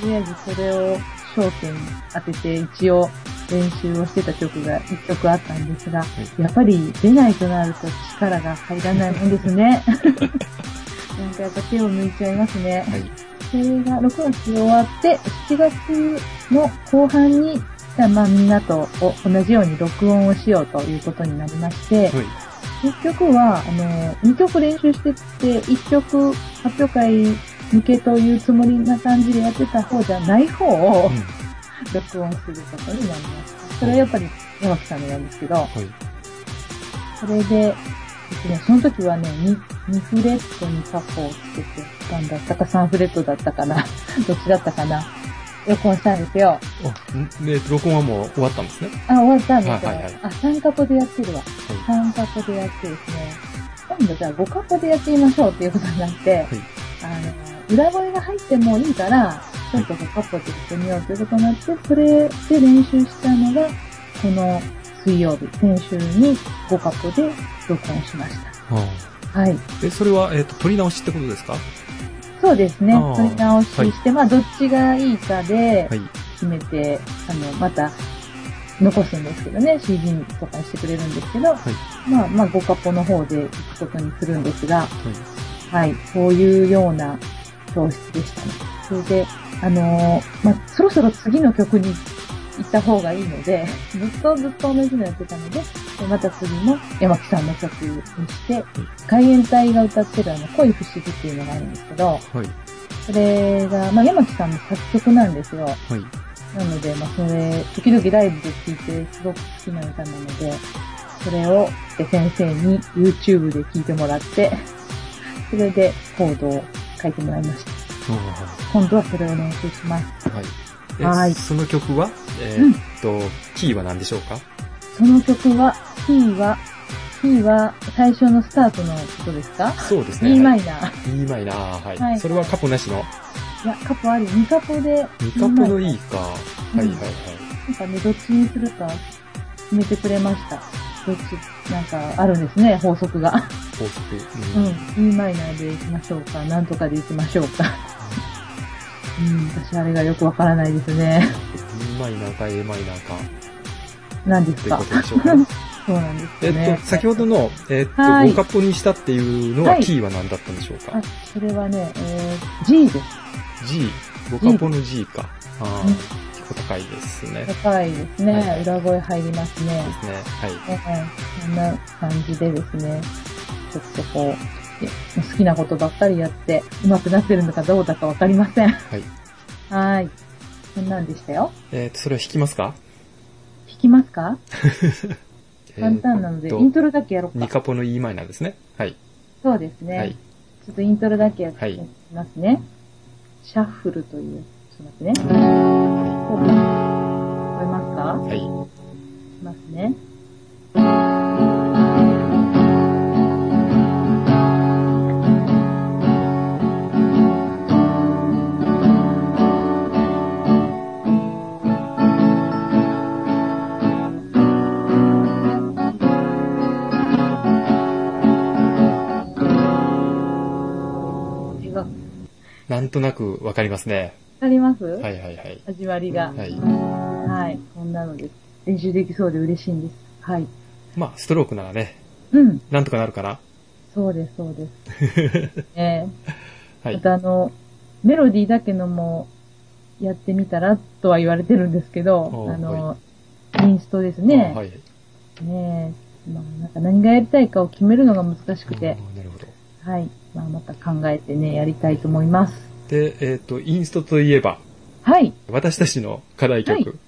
[SPEAKER 2] とりあえずそれを焦点に当てて一応練習をしてた曲が一曲あったんですが、
[SPEAKER 1] い
[SPEAKER 2] やっぱり出ないとなると力が入らないもんです ね。なんかやっぱ手を抜いちゃいますね。
[SPEAKER 1] はい。
[SPEAKER 2] それが6月終わって、7月の後半に、じゃあまあみんなとお同じように録音をしようということになりまし
[SPEAKER 1] は
[SPEAKER 2] て、
[SPEAKER 1] い。
[SPEAKER 2] 1曲は、あの、2曲練習してって、1曲発表会向けというつもりな感じでやってた方じゃない方
[SPEAKER 1] う
[SPEAKER 2] を
[SPEAKER 1] ん。
[SPEAKER 2] 録音することになりました。それはやっぱり山木さんのなんですけど、
[SPEAKER 1] はい。
[SPEAKER 2] それで、ですね、その時はね、2, 2フレットにタコをつけてたんだったか、3フレットだったかな、どっちだったかな、録音したんですよ。
[SPEAKER 1] あ、んで、録音はもう終わったんですね。
[SPEAKER 2] あ、終わったんですよ。
[SPEAKER 1] はいはいはい
[SPEAKER 2] あ、3カポでやってるわ。3カポでやってですね、今度じゃあ5カポでやってみましょうっていうことになって、あの、裏声が入ってもいいから、ちょっと5カポでやってみようということになって、それで練習したのが、この水曜日、先週に5カポで録音しました。
[SPEAKER 1] は
[SPEAKER 2] はい。
[SPEAKER 1] い。え、それは、えっ、と、撮り直しってことですか
[SPEAKER 2] そうですね
[SPEAKER 1] あー。
[SPEAKER 2] 取り直しして、まあ、どっちがいいかで
[SPEAKER 1] はい。
[SPEAKER 2] 決めて、あの、また、残すんですけどね、CD とかにしてくれるんですけど、まあ、まあ、ごカポの方で行くことにするんですが、
[SPEAKER 1] はい。
[SPEAKER 2] はい、そういうような教室でしたね。それで、あのーまあ、そろそろ次の曲に行った方がいいので、 ずっとずっと同じのやってたので、また次も山木さんの曲にして、海援隊が歌ってるあの、恋不思議っていうのがあるんですけど、
[SPEAKER 1] はい。
[SPEAKER 2] それが、まあ、山木さんの作曲なんですよ。
[SPEAKER 1] はい。
[SPEAKER 2] なので、まあ、それ、時々ライブで聴いて、すごく好きな歌なので、それをえ先生に YouTube で聴いてもらって、 それでコードを書いてもらいました。今度はそれを練習します。
[SPEAKER 1] はい。え
[SPEAKER 2] はい
[SPEAKER 1] その曲は、えっと、キーは何でしょうか
[SPEAKER 2] その曲は、キーは、キーは最初のスタートのことですか
[SPEAKER 1] そうですね。
[SPEAKER 2] ?E マ
[SPEAKER 1] はい。
[SPEAKER 2] イナー。
[SPEAKER 1] E マイナー。はい。
[SPEAKER 2] はい
[SPEAKER 1] それはカポなしの、
[SPEAKER 2] いや、カポあり、ミカポで、
[SPEAKER 1] ミカポの
[SPEAKER 2] E マイ
[SPEAKER 1] E
[SPEAKER 2] ナ
[SPEAKER 1] か。はい
[SPEAKER 2] うん
[SPEAKER 1] はいはい。
[SPEAKER 2] ー。なんかね、どっちにするか決めてくれました。どっち、なんかあるんですね、法則が。
[SPEAKER 1] 法則。う。
[SPEAKER 2] うんん、E マイナーで行きましょうか、なんとかで行きましょうか。 うん、私あれがよくわからないですね。
[SPEAKER 1] E マイナーか A マイナーか、
[SPEAKER 2] 何で
[SPEAKER 1] と
[SPEAKER 2] す
[SPEAKER 1] いう
[SPEAKER 2] か
[SPEAKER 1] ことでしょう か。
[SPEAKER 2] そうなんです
[SPEAKER 1] え
[SPEAKER 2] よ
[SPEAKER 1] っ
[SPEAKER 2] ね。
[SPEAKER 1] と、先ほどの、えっと、
[SPEAKER 2] はい
[SPEAKER 1] 5カポにしたっていうのは、
[SPEAKER 2] はい
[SPEAKER 1] キーは何だったんでしょうか、
[SPEAKER 2] あ、それはね、えー、G です。
[SPEAKER 1] ?G、5カポの G か。あ
[SPEAKER 2] うん
[SPEAKER 1] あ、結構高いですね。ですね。
[SPEAKER 2] 高いですね。
[SPEAKER 1] はい
[SPEAKER 2] 裏声入りますね。
[SPEAKER 1] はい。。
[SPEAKER 2] ええそんな感じでですね、ちょっとこう、い好きなことばっかりやって、上手くなってるのかどうだかわかりません。はいはーい。そんなんでしたよ。
[SPEAKER 1] えっと、それは弾きますか
[SPEAKER 2] 弾きますか簡単なの
[SPEAKER 1] え
[SPEAKER 2] で、
[SPEAKER 1] っと
[SPEAKER 2] イントロだけやろう
[SPEAKER 1] ミカ
[SPEAKER 2] か。
[SPEAKER 1] ポの E マイナーですね。はい。
[SPEAKER 2] そうですね。
[SPEAKER 1] はい。
[SPEAKER 2] ちょっとイントロだけやってみますね。シャッフルという、ちょっと待ってね。こうか聞こえますか
[SPEAKER 1] はい。
[SPEAKER 2] いきますね。違うわ
[SPEAKER 1] なんとなくわかりますね。
[SPEAKER 2] かります、
[SPEAKER 1] はいはいはい。
[SPEAKER 2] 始まりが。
[SPEAKER 1] はい。
[SPEAKER 2] はい。こんなのです。練習できそうで嬉しいんです。はい。
[SPEAKER 1] まあ、ストロークならね、
[SPEAKER 2] うん。
[SPEAKER 1] なんとかなるから。
[SPEAKER 2] そうです、そ うです。ね
[SPEAKER 1] は
[SPEAKER 2] ま
[SPEAKER 1] い。
[SPEAKER 2] たあの、メロディーだけのもやってみたらとは言われてるんですけど
[SPEAKER 1] お、ー
[SPEAKER 2] あの、インストですね。
[SPEAKER 1] はい。
[SPEAKER 2] ねえ、まあ、なんか何がやりたいかを決めるのが難しくて、
[SPEAKER 1] うんなるほど。
[SPEAKER 2] はい。まあ、また考えてね、やりたいと思います。
[SPEAKER 1] で、えっ、と、インストといえば、
[SPEAKER 2] はい。
[SPEAKER 1] 私たちの課題
[SPEAKER 2] はい
[SPEAKER 1] 曲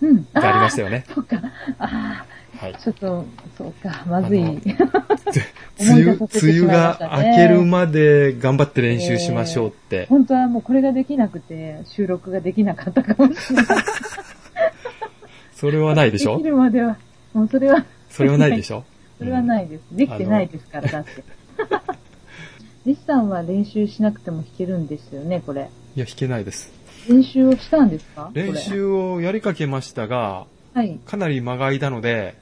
[SPEAKER 2] うん。
[SPEAKER 1] がありました
[SPEAKER 2] よ。
[SPEAKER 1] よね。
[SPEAKER 2] そうか。あ
[SPEAKER 1] はい
[SPEAKER 2] あ、。ちょっと、そうか、まずい。
[SPEAKER 1] あの
[SPEAKER 2] 思
[SPEAKER 1] 梅
[SPEAKER 2] い出
[SPEAKER 1] 雨、
[SPEAKER 2] さ
[SPEAKER 1] 梅
[SPEAKER 2] せてし
[SPEAKER 1] 雨
[SPEAKER 2] まいま
[SPEAKER 1] が
[SPEAKER 2] したね
[SPEAKER 1] 明けるまで頑張って練習しましょうって。
[SPEAKER 2] 本当はもうこれができなくて、収録ができなかったかもしれない。
[SPEAKER 1] それはないでしょ
[SPEAKER 2] できるまでは、もうそれは、
[SPEAKER 1] それはないでしょ
[SPEAKER 2] それはないです。できてないですから、だって。リスさんは練習しなくても弾けるんですよね、これ。
[SPEAKER 1] いや、弾けないです。
[SPEAKER 2] 練習をしたんですか
[SPEAKER 1] 練
[SPEAKER 2] こ
[SPEAKER 1] 習をやりかけましたが、
[SPEAKER 2] れはい。
[SPEAKER 1] かなり間が空いたの で、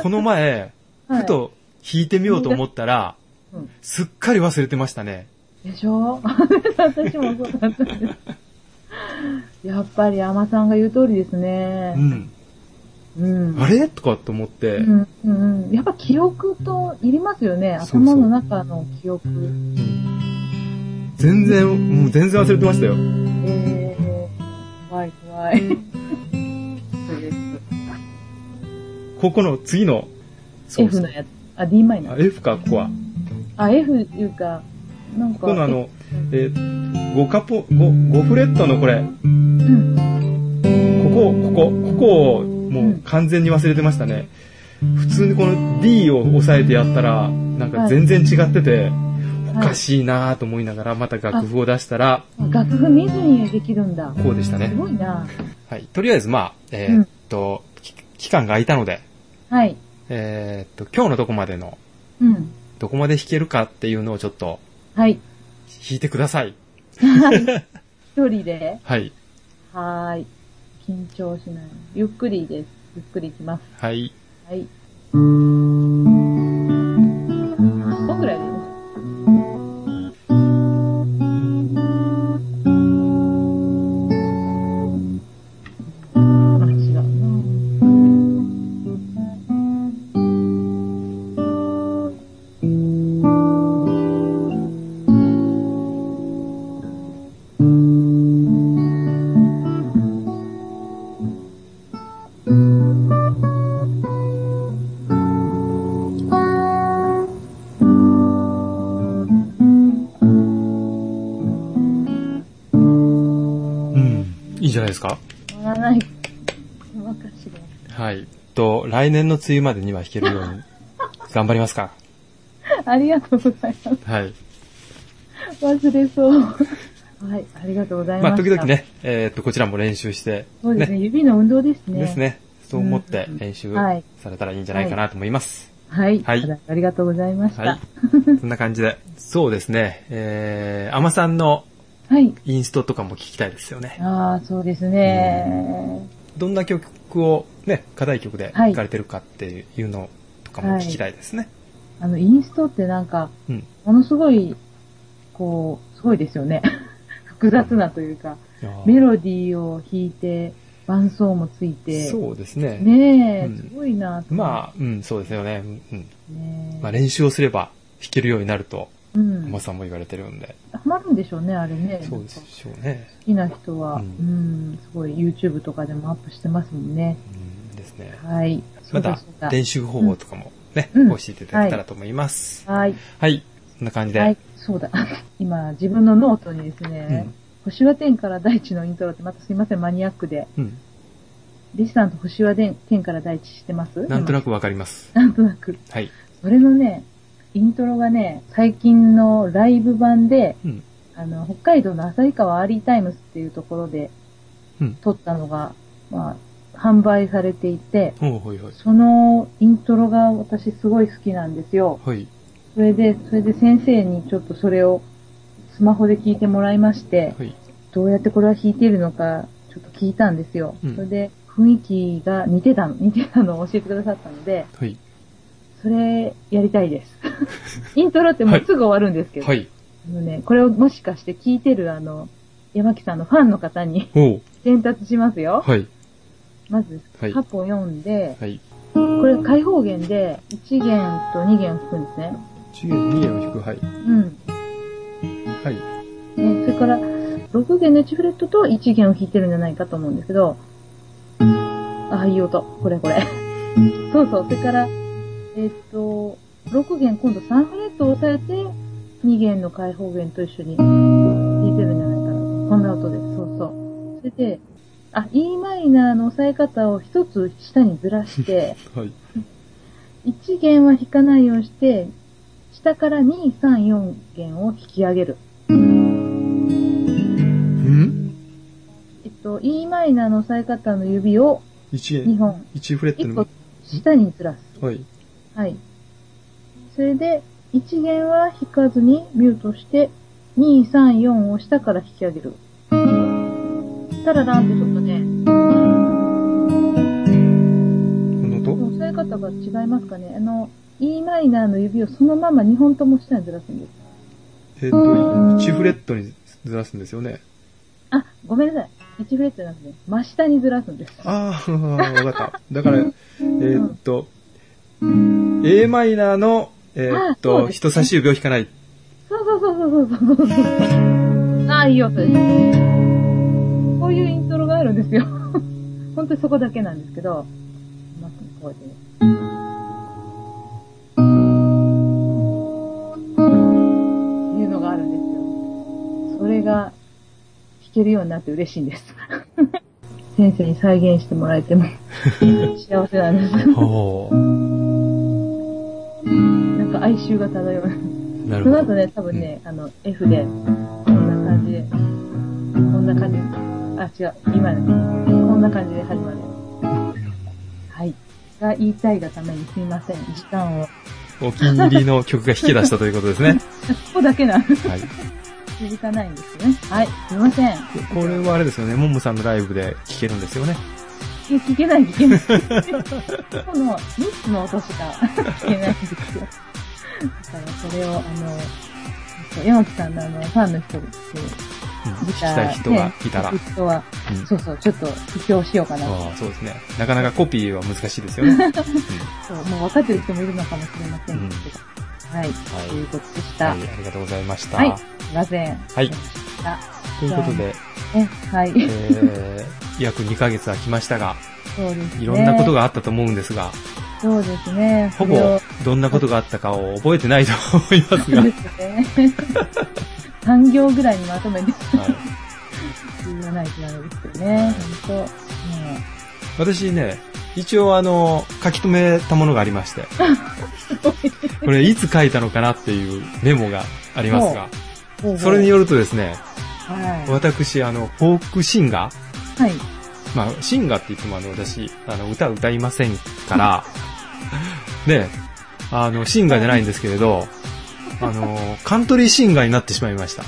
[SPEAKER 1] この前、
[SPEAKER 2] はい
[SPEAKER 1] ふと弾いてみようと思ったら
[SPEAKER 2] うん、
[SPEAKER 1] すっかり忘れてましたね。
[SPEAKER 2] でしょ 私もそうだったんです。やっぱり甘さんが言う通りですね
[SPEAKER 1] う。ん。
[SPEAKER 2] うん。
[SPEAKER 1] あれとかと思って
[SPEAKER 2] う、ん、うん、うん。やっぱ記憶といりますよね。
[SPEAKER 1] そうそう
[SPEAKER 2] 頭の中の記憶。
[SPEAKER 1] うん全然、もう全然忘れてましたよ。
[SPEAKER 2] えー、怖い怖い。そうです。
[SPEAKER 1] ここの次の、そう
[SPEAKER 2] F のやつ。あ、D マイナ
[SPEAKER 1] あ
[SPEAKER 2] ー。
[SPEAKER 1] F か、ここは。
[SPEAKER 2] あ、F いうか、なんか。
[SPEAKER 1] ここのあの、
[SPEAKER 2] うん、
[SPEAKER 1] えー、5カポ、5、5フレットのこれ、
[SPEAKER 2] うん。
[SPEAKER 1] ここ、ここ、ここをもう完全に忘れてましたね。普通にこの D を押さえてやったら、なんか全然違ってて、おかしいなぁと思いながら、また楽譜を出したら、
[SPEAKER 2] あ楽譜見ずにできるんだ。
[SPEAKER 1] こうでした
[SPEAKER 2] す
[SPEAKER 1] ね。
[SPEAKER 2] ごいな。
[SPEAKER 1] はい。とりあえず、まあ、えーっと、き期間が空いたので、
[SPEAKER 2] はい。
[SPEAKER 1] えーっと、今日のどこまでの、
[SPEAKER 2] うん。
[SPEAKER 1] どこまで弾けるかっていうのをちょっと
[SPEAKER 2] はい。
[SPEAKER 1] 弾いてください。
[SPEAKER 2] 一人で。
[SPEAKER 1] はい。
[SPEAKER 2] はーい。緊張しない。ゆっくりです。ゆっくりいきます。
[SPEAKER 1] はい。
[SPEAKER 2] はい。ここぐらいでいいのあ違う
[SPEAKER 1] うん。いいんじゃないですか
[SPEAKER 2] なならない。細かし
[SPEAKER 1] はい。えっと、来年の梅雨までには弾けるように、頑張りますか。
[SPEAKER 2] が。 ありがとうございます。
[SPEAKER 1] はい。
[SPEAKER 2] 忘れそう。はい。ありがとうございま
[SPEAKER 1] まあ、
[SPEAKER 2] す。
[SPEAKER 1] 時々。ね、えーっと、こちらも練習して、
[SPEAKER 2] そうですね。指の運動ですね。
[SPEAKER 1] です。ね。そう思って
[SPEAKER 2] うん
[SPEAKER 1] 練習
[SPEAKER 2] はい
[SPEAKER 1] されたらいいんじゃないかなと思います。
[SPEAKER 2] はい。
[SPEAKER 1] はい
[SPEAKER 2] ただありがとうございました。
[SPEAKER 1] はい。そんな感じで。そうですね。えー、アマさんの
[SPEAKER 2] はい。
[SPEAKER 1] インストとかも聞きたいですよね。
[SPEAKER 2] ああ、そうですね。
[SPEAKER 1] どんな曲をね、課題曲で
[SPEAKER 2] は
[SPEAKER 1] 弾
[SPEAKER 2] い
[SPEAKER 1] かれてるかっていうのとかも聞きたいですね。
[SPEAKER 2] あの、インストってなんか、
[SPEAKER 1] うん。
[SPEAKER 2] ものすごい、こう、すごいですよね。 複雑なというか、
[SPEAKER 1] いやー
[SPEAKER 2] メロディーを弾いて、伴奏もついて、
[SPEAKER 1] そうですね。
[SPEAKER 2] ねえ、
[SPEAKER 1] うん
[SPEAKER 2] すごいなあ、
[SPEAKER 1] まあ、うん、そうですよね。うんうん。
[SPEAKER 2] ねえ
[SPEAKER 1] まあ、練習をすれば弾けるようになると、
[SPEAKER 2] うん
[SPEAKER 1] アマさんも言われてるんで。
[SPEAKER 2] ハマるんでしょうね、あれね。
[SPEAKER 1] そうで
[SPEAKER 2] な
[SPEAKER 1] し
[SPEAKER 2] んか
[SPEAKER 1] ょうね。
[SPEAKER 2] 好きな人は、
[SPEAKER 1] う
[SPEAKER 2] うんん、すごい YouTube とかでもアップしてますもんね。
[SPEAKER 1] うん、ですね。
[SPEAKER 2] はい。
[SPEAKER 1] ま
[SPEAKER 2] そうだ
[SPEAKER 1] た
[SPEAKER 2] そうだ、
[SPEAKER 1] 練習方法とかもね、
[SPEAKER 2] うん
[SPEAKER 1] 教えていただけたらと思います。
[SPEAKER 2] はい。
[SPEAKER 1] はい。そんな感じで。
[SPEAKER 2] はい。そうだ。 今、自分のノートにですね、
[SPEAKER 1] うん
[SPEAKER 2] 星は天から大地のイントロって、またすいません、マニアックで。
[SPEAKER 1] うん。
[SPEAKER 2] リスさんと星は天天から大地知ってます
[SPEAKER 1] なんと
[SPEAKER 2] な
[SPEAKER 1] なくわかります。
[SPEAKER 2] く。なんとなく。
[SPEAKER 1] はい。
[SPEAKER 2] それのね、イントロがね、最近のライブ版で、
[SPEAKER 1] うん。
[SPEAKER 2] あの、北海道の旭川アーリータイムスっていうところで
[SPEAKER 1] うん。
[SPEAKER 2] 撮ったのが、まあ、販売されていて、
[SPEAKER 1] おうほいほい。
[SPEAKER 2] そのイントロが私すごい好きなんですよ。
[SPEAKER 1] はい。
[SPEAKER 2] それで、それで先生にちょっとそれをスマホで聞いてもらいまして、
[SPEAKER 1] はい。
[SPEAKER 2] どうやってこれは弾いてるのか、ちょっと聞いたんですよ。
[SPEAKER 1] うん
[SPEAKER 2] それで、雰囲気が似てたの、似てたのを教えてくださったので、
[SPEAKER 1] はい。
[SPEAKER 2] それ、やりた いです。イントロってもうすぐ終わるんですけど、
[SPEAKER 1] はい。
[SPEAKER 2] あのね、これをもしかして聞いてるあの、山木さんのファンの方に
[SPEAKER 1] おう。
[SPEAKER 2] 伝達しますよ。
[SPEAKER 1] はい。
[SPEAKER 2] まず、
[SPEAKER 1] はい
[SPEAKER 2] 過去読んで、
[SPEAKER 1] はい。
[SPEAKER 2] ここれ開放弦で1弦と2弦を弾くんですね。
[SPEAKER 1] 1弦、2弦を弾く。はい。
[SPEAKER 2] うん。
[SPEAKER 1] はい。
[SPEAKER 2] ね、それから、6弦の1フレットと1弦を弾いてるんじゃないかと思うんですけど、ああ、いい音。これこれ。そうそう。それから、えっと、6弦今度3フレットを押さえて、2弦の開放弦と一緒に弾いてるんじゃないかな。こんな音です。そうそう。それで、あ、e マイナーの押さえ方を一つ下にずらして、
[SPEAKER 1] はい。
[SPEAKER 2] 1弦は弾かないようにして、下から2、3、4弦を引き上げる。
[SPEAKER 1] ん
[SPEAKER 2] えっと、e マイナーの押さえ方の指を
[SPEAKER 1] ?1
[SPEAKER 2] 2
[SPEAKER 1] 弦、
[SPEAKER 2] 本、
[SPEAKER 1] 1フレット
[SPEAKER 2] 1
[SPEAKER 1] の
[SPEAKER 2] 個。下にずらす。
[SPEAKER 1] はい。
[SPEAKER 2] はい。それで、1弦は弾かずにミュートして、2、3、4を下から引き上げる。タラランってちょっとね、
[SPEAKER 1] この音
[SPEAKER 2] 押さえ方が違いますかね。あの、e マイナーの指をそのまま2本とも下にずらすんです。
[SPEAKER 1] えっと、1フレットにずらすんですよね。
[SPEAKER 2] あ、ごめんなさい。1フレットなんですね。真下にずらすんです。
[SPEAKER 1] ああ、わかった。だから、えーっと、a マイナーの、えーっ
[SPEAKER 2] あそ
[SPEAKER 1] と、
[SPEAKER 2] うです
[SPEAKER 1] 人
[SPEAKER 2] ね
[SPEAKER 1] 差し指を弾かない。
[SPEAKER 2] そうそうそうそうそうそうそう。ああ、いいよ、それ。こういうイントロがあるんですよ。 本当にそこだけなんですけど。まさにこうやってね。っていうのがあるんですよ。それが弾けるようになって嬉しいんです。 先生に再現してもらえても 幸せなんです。
[SPEAKER 1] ほ
[SPEAKER 2] なんか哀愁が漂う。
[SPEAKER 1] う。な
[SPEAKER 2] その後ね、多分ね、あの、F で、こんな感じで、こんな感じで、あ、違う、今の、こんな感じで始まる。はい。が言いたいがためにすいません。時間を。こ
[SPEAKER 1] お気に入りの曲が引き出したということです ね。
[SPEAKER 2] こだけなん です。
[SPEAKER 1] はい。
[SPEAKER 2] 続かないんですね。はい。すいません。
[SPEAKER 1] これはあれですよね、ももさんのライブで聴けるんですよね。
[SPEAKER 2] いや聞けない、聞けない。この3つの音しか 聞けないんですよ。だからそれを、あの、山木さんのあの、ファンの人で、
[SPEAKER 1] うん
[SPEAKER 2] ギ
[SPEAKER 1] 聞き
[SPEAKER 2] ター
[SPEAKER 1] たい人がいたら。
[SPEAKER 2] ね聞く人は、
[SPEAKER 1] うん
[SPEAKER 2] そうそう、ちょっと、布教しようかなと
[SPEAKER 1] ああそうですね。なかなかコピーは難しいですよ ね。うん
[SPEAKER 2] そう、もう分かってる人もいるのかもしれませんけど。はい、
[SPEAKER 1] い
[SPEAKER 2] ということでした。
[SPEAKER 1] は
[SPEAKER 2] はい
[SPEAKER 1] い、、ありがとうございました。
[SPEAKER 2] はいすいません。
[SPEAKER 1] はい
[SPEAKER 2] あ。
[SPEAKER 1] ということで、
[SPEAKER 2] ね、はい。
[SPEAKER 1] えー、約2ヶ月は来ましたが、
[SPEAKER 2] そうですね。
[SPEAKER 1] いろんなこと。があったと思うんですが、
[SPEAKER 2] そうですね。
[SPEAKER 1] ほ
[SPEAKER 2] それを
[SPEAKER 1] ぼどんなことがあったかを覚えてないと思います
[SPEAKER 2] そ
[SPEAKER 1] が、
[SPEAKER 2] う
[SPEAKER 1] は
[SPEAKER 2] で
[SPEAKER 1] い、
[SPEAKER 2] すね。3行ぐらいにまとめて言わないとダメですよね。本
[SPEAKER 1] 私ね、一応あの、書き留めたものがありま して、これいつ書いたのかなっていうメモがありますが、
[SPEAKER 2] 当ね
[SPEAKER 1] それに
[SPEAKER 2] よ
[SPEAKER 1] よるとですね、
[SPEAKER 2] は
[SPEAKER 1] 私、あの、フォークシンガー、
[SPEAKER 2] い。はい。
[SPEAKER 1] まあ、シンガーって言ってもあの、私、あの、歌歌いません から、で、あの、シンガーじゃないんですけれど、あの、カントリーシンガーになってしまいました。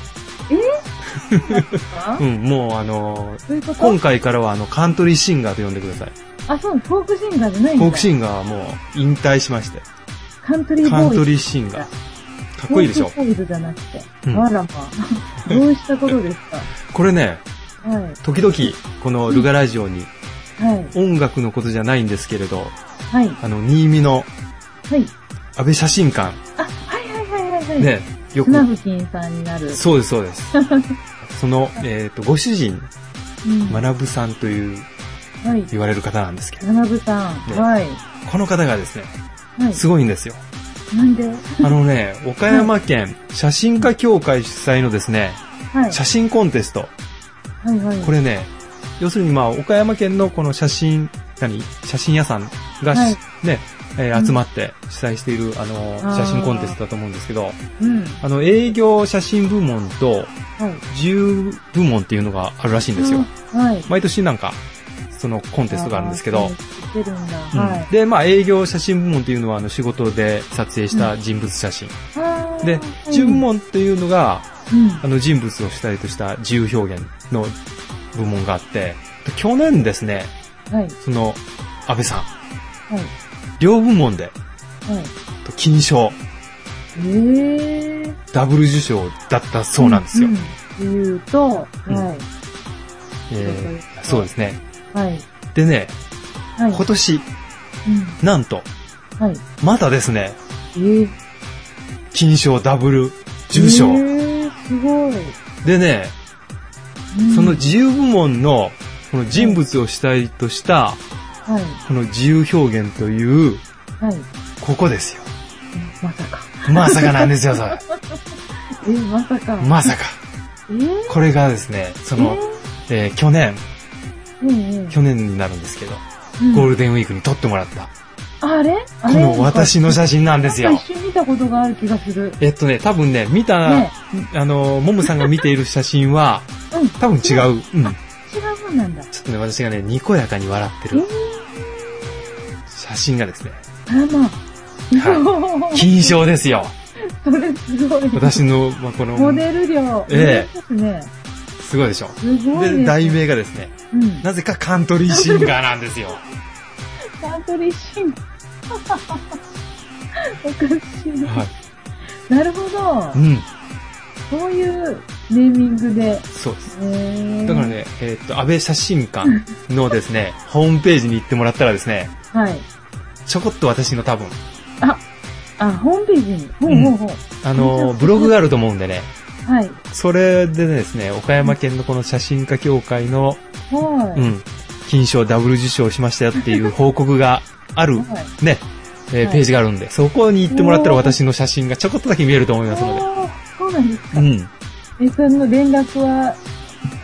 [SPEAKER 2] あ
[SPEAKER 1] うん、もうあの、
[SPEAKER 2] そういうこ
[SPEAKER 1] 今
[SPEAKER 2] と
[SPEAKER 1] 回からはあの、カントリーシンガーと呼んでください。
[SPEAKER 2] あ、そう、フォークシンガーじゃないん
[SPEAKER 1] フ
[SPEAKER 2] だ。
[SPEAKER 1] ォークシ
[SPEAKER 2] ン
[SPEAKER 1] ンガーはもう引退しまして、
[SPEAKER 2] カントリーボーイ。
[SPEAKER 1] カントリーシンガー。かっこいいでしょ
[SPEAKER 2] フォークシンガーじゃなくて。
[SPEAKER 1] うん
[SPEAKER 2] あらまあ。どうしたことですか
[SPEAKER 1] これね、
[SPEAKER 2] はい。
[SPEAKER 1] 時々、このルガラジオに、
[SPEAKER 2] はい。
[SPEAKER 1] 音楽のことじゃないんですけれど、
[SPEAKER 2] はい。
[SPEAKER 1] あの、新見の
[SPEAKER 2] はい。
[SPEAKER 1] 安倍写真館、
[SPEAKER 2] あ、はいはいはいはいはい。
[SPEAKER 1] ね、よ
[SPEAKER 2] ス
[SPEAKER 1] く
[SPEAKER 2] ナフキンさんになる。
[SPEAKER 1] そうです、そう です。その、えっ、と、ご主人、
[SPEAKER 2] うん
[SPEAKER 1] 学さんという、
[SPEAKER 2] はい。
[SPEAKER 1] 言われる方なんですけど、
[SPEAKER 2] ナナブさん。
[SPEAKER 1] ね
[SPEAKER 2] はい。
[SPEAKER 1] この方がですね、
[SPEAKER 2] は
[SPEAKER 1] す
[SPEAKER 2] い。
[SPEAKER 1] ごいんですよ。
[SPEAKER 2] なんで
[SPEAKER 1] あのね、岡山県写真家協会主催のですね、
[SPEAKER 2] はい。
[SPEAKER 1] 写真コンテスト。
[SPEAKER 2] はいはい。
[SPEAKER 1] これね、要するにまあ、岡山県のこの写真、何写真屋さんがし、
[SPEAKER 2] はい
[SPEAKER 1] ね、えー
[SPEAKER 2] うん
[SPEAKER 1] 集まって主催している、あの、
[SPEAKER 2] あー
[SPEAKER 1] 写真コンテストだと思うんですけど、
[SPEAKER 2] うん。は
[SPEAKER 1] あの、営業写真部門と、
[SPEAKER 2] い。
[SPEAKER 1] 自由部門っていうのがあるらしいんですよ。
[SPEAKER 2] はい。
[SPEAKER 1] 毎年なんか、そのコンテストがあるんですけ
[SPEAKER 2] あ
[SPEAKER 1] ど
[SPEAKER 2] ー、そう言ってるんだ。
[SPEAKER 1] うん
[SPEAKER 2] は
[SPEAKER 1] で、まあ営業写真部門っていうのはあの仕事で撮影した人物写真。
[SPEAKER 2] い。あー
[SPEAKER 1] で、自由部。門っていうのが、
[SPEAKER 2] うん。
[SPEAKER 1] あの人物を主体とした自由表現の部門があって、で去年ですね、
[SPEAKER 2] はい。はい。
[SPEAKER 1] その、安倍さん、両部門で、
[SPEAKER 2] はい。
[SPEAKER 1] と金賞、
[SPEAKER 2] ええ。
[SPEAKER 1] ダブル受賞だったそうなんですよ。
[SPEAKER 2] ん。っていうと、は
[SPEAKER 1] うん
[SPEAKER 2] い。
[SPEAKER 1] えーそ
[SPEAKER 2] そうそうそう
[SPEAKER 1] うですね。
[SPEAKER 2] はい。
[SPEAKER 1] でね、
[SPEAKER 2] はい。
[SPEAKER 1] 今年、
[SPEAKER 2] うん。
[SPEAKER 1] なんと、
[SPEAKER 2] はい。
[SPEAKER 1] またですね、
[SPEAKER 2] えー、
[SPEAKER 1] 金賞ダブル受賞。
[SPEAKER 2] えー、すごい。
[SPEAKER 1] でね、
[SPEAKER 2] うん
[SPEAKER 1] その、自由部門の、この人物を主体とした、
[SPEAKER 2] はい。
[SPEAKER 1] この自由表現という、
[SPEAKER 2] はい。
[SPEAKER 1] ここですよ。
[SPEAKER 2] まさか。
[SPEAKER 1] まさかなんですよ、それ。
[SPEAKER 2] えー、まさか。
[SPEAKER 1] まさか。
[SPEAKER 2] えー、
[SPEAKER 1] これがですね、その、えー去年、
[SPEAKER 2] えー、え
[SPEAKER 1] 去年になるんですけど、
[SPEAKER 2] ー、
[SPEAKER 1] ゴー
[SPEAKER 2] ル。
[SPEAKER 1] ルデンウィークに撮ってもらった、
[SPEAKER 2] あれあ
[SPEAKER 1] こ
[SPEAKER 2] れ
[SPEAKER 1] の私の写真なんです
[SPEAKER 2] な
[SPEAKER 1] よ
[SPEAKER 2] んか。一瞬見たことがある気がする。
[SPEAKER 1] えっとね、多分ね、見た、
[SPEAKER 2] ね
[SPEAKER 1] あの、もむさんが見ている写真 は、
[SPEAKER 2] うん。違
[SPEAKER 1] 多分違う。うん。
[SPEAKER 2] うもんなんだ。
[SPEAKER 1] ちょっとね、私がね、にこやかに笑って
[SPEAKER 2] えー
[SPEAKER 1] る、写真がですね、
[SPEAKER 2] あらまあ。
[SPEAKER 1] 金賞ですよ。
[SPEAKER 2] それすごい。
[SPEAKER 1] 私の、まあ、この、
[SPEAKER 2] モデル量。
[SPEAKER 1] え
[SPEAKER 2] え。ですね。
[SPEAKER 1] すごいでしょ。
[SPEAKER 2] すごいです、
[SPEAKER 1] で、題。名がですね、
[SPEAKER 2] うん。
[SPEAKER 1] なぜかカントリーシンガーなんですよ。
[SPEAKER 2] サントリーシンガ ー。おかしい。
[SPEAKER 1] は
[SPEAKER 2] なるほど
[SPEAKER 1] い。う。ん。
[SPEAKER 2] そういうネーミングで。
[SPEAKER 1] そうです。
[SPEAKER 2] えー、
[SPEAKER 1] だから。ね、えーっと、安倍写真館のですね、ホームページに行ってもらったらですね、
[SPEAKER 2] はい。
[SPEAKER 1] ちょこっと私の多分、
[SPEAKER 2] あ、ホームページに。ほうほうほう。
[SPEAKER 1] あの、ブログがあると思うんでね、
[SPEAKER 2] はい。
[SPEAKER 1] それでですね、岡山県のこの写真家協会の、
[SPEAKER 2] は
[SPEAKER 1] う
[SPEAKER 2] い。
[SPEAKER 1] ん、金賞ダブル受賞しましたよっていう報告がある、
[SPEAKER 2] はい。
[SPEAKER 1] ね、えー
[SPEAKER 2] はい
[SPEAKER 1] ページがあるんで、そこに行ってもらったら私の写真がちょこっとだけ見えると思いますの
[SPEAKER 2] あーそうなんですか。
[SPEAKER 1] で。うん。
[SPEAKER 2] え、その連絡は、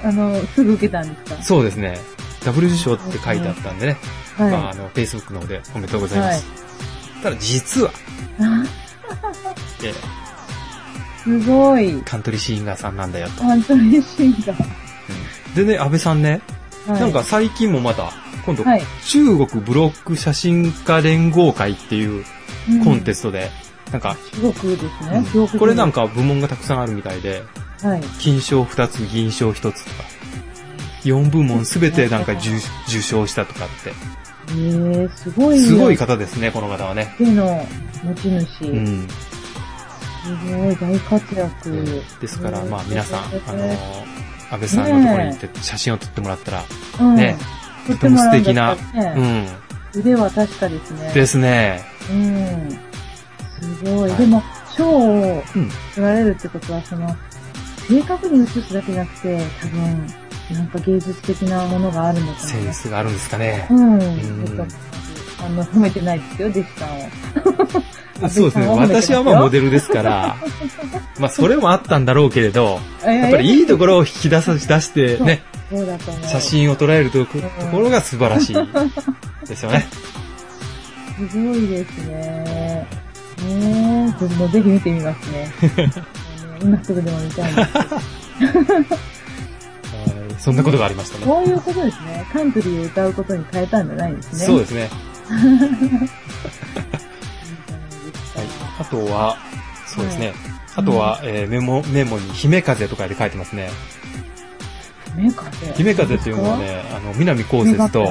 [SPEAKER 2] あの、すぐ受けたんです
[SPEAKER 1] そうですね。ダブル受賞って書いてあったんでね、
[SPEAKER 2] かはい。
[SPEAKER 1] まあ、あの、Facebook の方でおめでとうございます。ただ実は、
[SPEAKER 2] あ
[SPEAKER 1] えー
[SPEAKER 2] すごい。
[SPEAKER 1] カントリーシンガーさんなんだよと。
[SPEAKER 2] サントリーシンガー。
[SPEAKER 1] でね、安倍さんね、
[SPEAKER 2] はい
[SPEAKER 1] なんか、最近もまた、今度、
[SPEAKER 2] はい
[SPEAKER 1] 中国ブロック写真家連合会っていうコンテストで、なんか、
[SPEAKER 2] ト。中国ですね。中国人
[SPEAKER 1] これなんか部門がたくさんあるみたいで、
[SPEAKER 2] はい。
[SPEAKER 1] 金賞2つ、銀賞1つとか、4部門すべてなんか受受賞したとかっ
[SPEAKER 2] えー、すご
[SPEAKER 1] て、
[SPEAKER 2] い。
[SPEAKER 1] すごい。方ですね、この方はね。
[SPEAKER 2] 手の持ち主。
[SPEAKER 1] うん。
[SPEAKER 2] すごい、大活躍。
[SPEAKER 1] ですから、まあ皆さん、あの
[SPEAKER 2] ね
[SPEAKER 1] 安倍さんのところに行って写真を撮ってもらったら、
[SPEAKER 2] うん
[SPEAKER 1] ね
[SPEAKER 2] とても素敵な、
[SPEAKER 1] う
[SPEAKER 2] ね
[SPEAKER 1] ん、
[SPEAKER 2] 腕は確かですね。
[SPEAKER 1] ですね。
[SPEAKER 2] うん。すごい。
[SPEAKER 1] はい
[SPEAKER 2] でも、賞を
[SPEAKER 1] うん
[SPEAKER 2] 取られるってことは、その、正確に写すだけじゃなくて、多分、なんか芸術的なものがあるのか
[SPEAKER 1] セ
[SPEAKER 2] な
[SPEAKER 1] ン。スがあるんですかね。
[SPEAKER 2] うん。
[SPEAKER 1] うん
[SPEAKER 2] よかったあの、褒めてないですよ、弟子さんを。
[SPEAKER 1] そうですね。私はまあモデルです から、まあそれもあったんだろうけれど、やっぱりいいところを引き出さ出してね、
[SPEAKER 2] ろ。そうだと思う。
[SPEAKER 1] 写。真を捉えるとこところが素晴らしい ですよね。
[SPEAKER 2] すごいですね。ねえ、ちょっとぜひ見て みますね。もうね今すぐでも見たいんです。
[SPEAKER 1] はいそんなことがありましたね。
[SPEAKER 2] こういうことですね。カントリーを歌うことに変えたんじゃないんですね。
[SPEAKER 1] そうですね。
[SPEAKER 2] は
[SPEAKER 1] はいい。あとは、そうですね。あとは、えーメモ、メモに姫風とかで書いてますね。
[SPEAKER 2] 姫風。
[SPEAKER 1] 姫風っていうのはね、あの、南こうせつと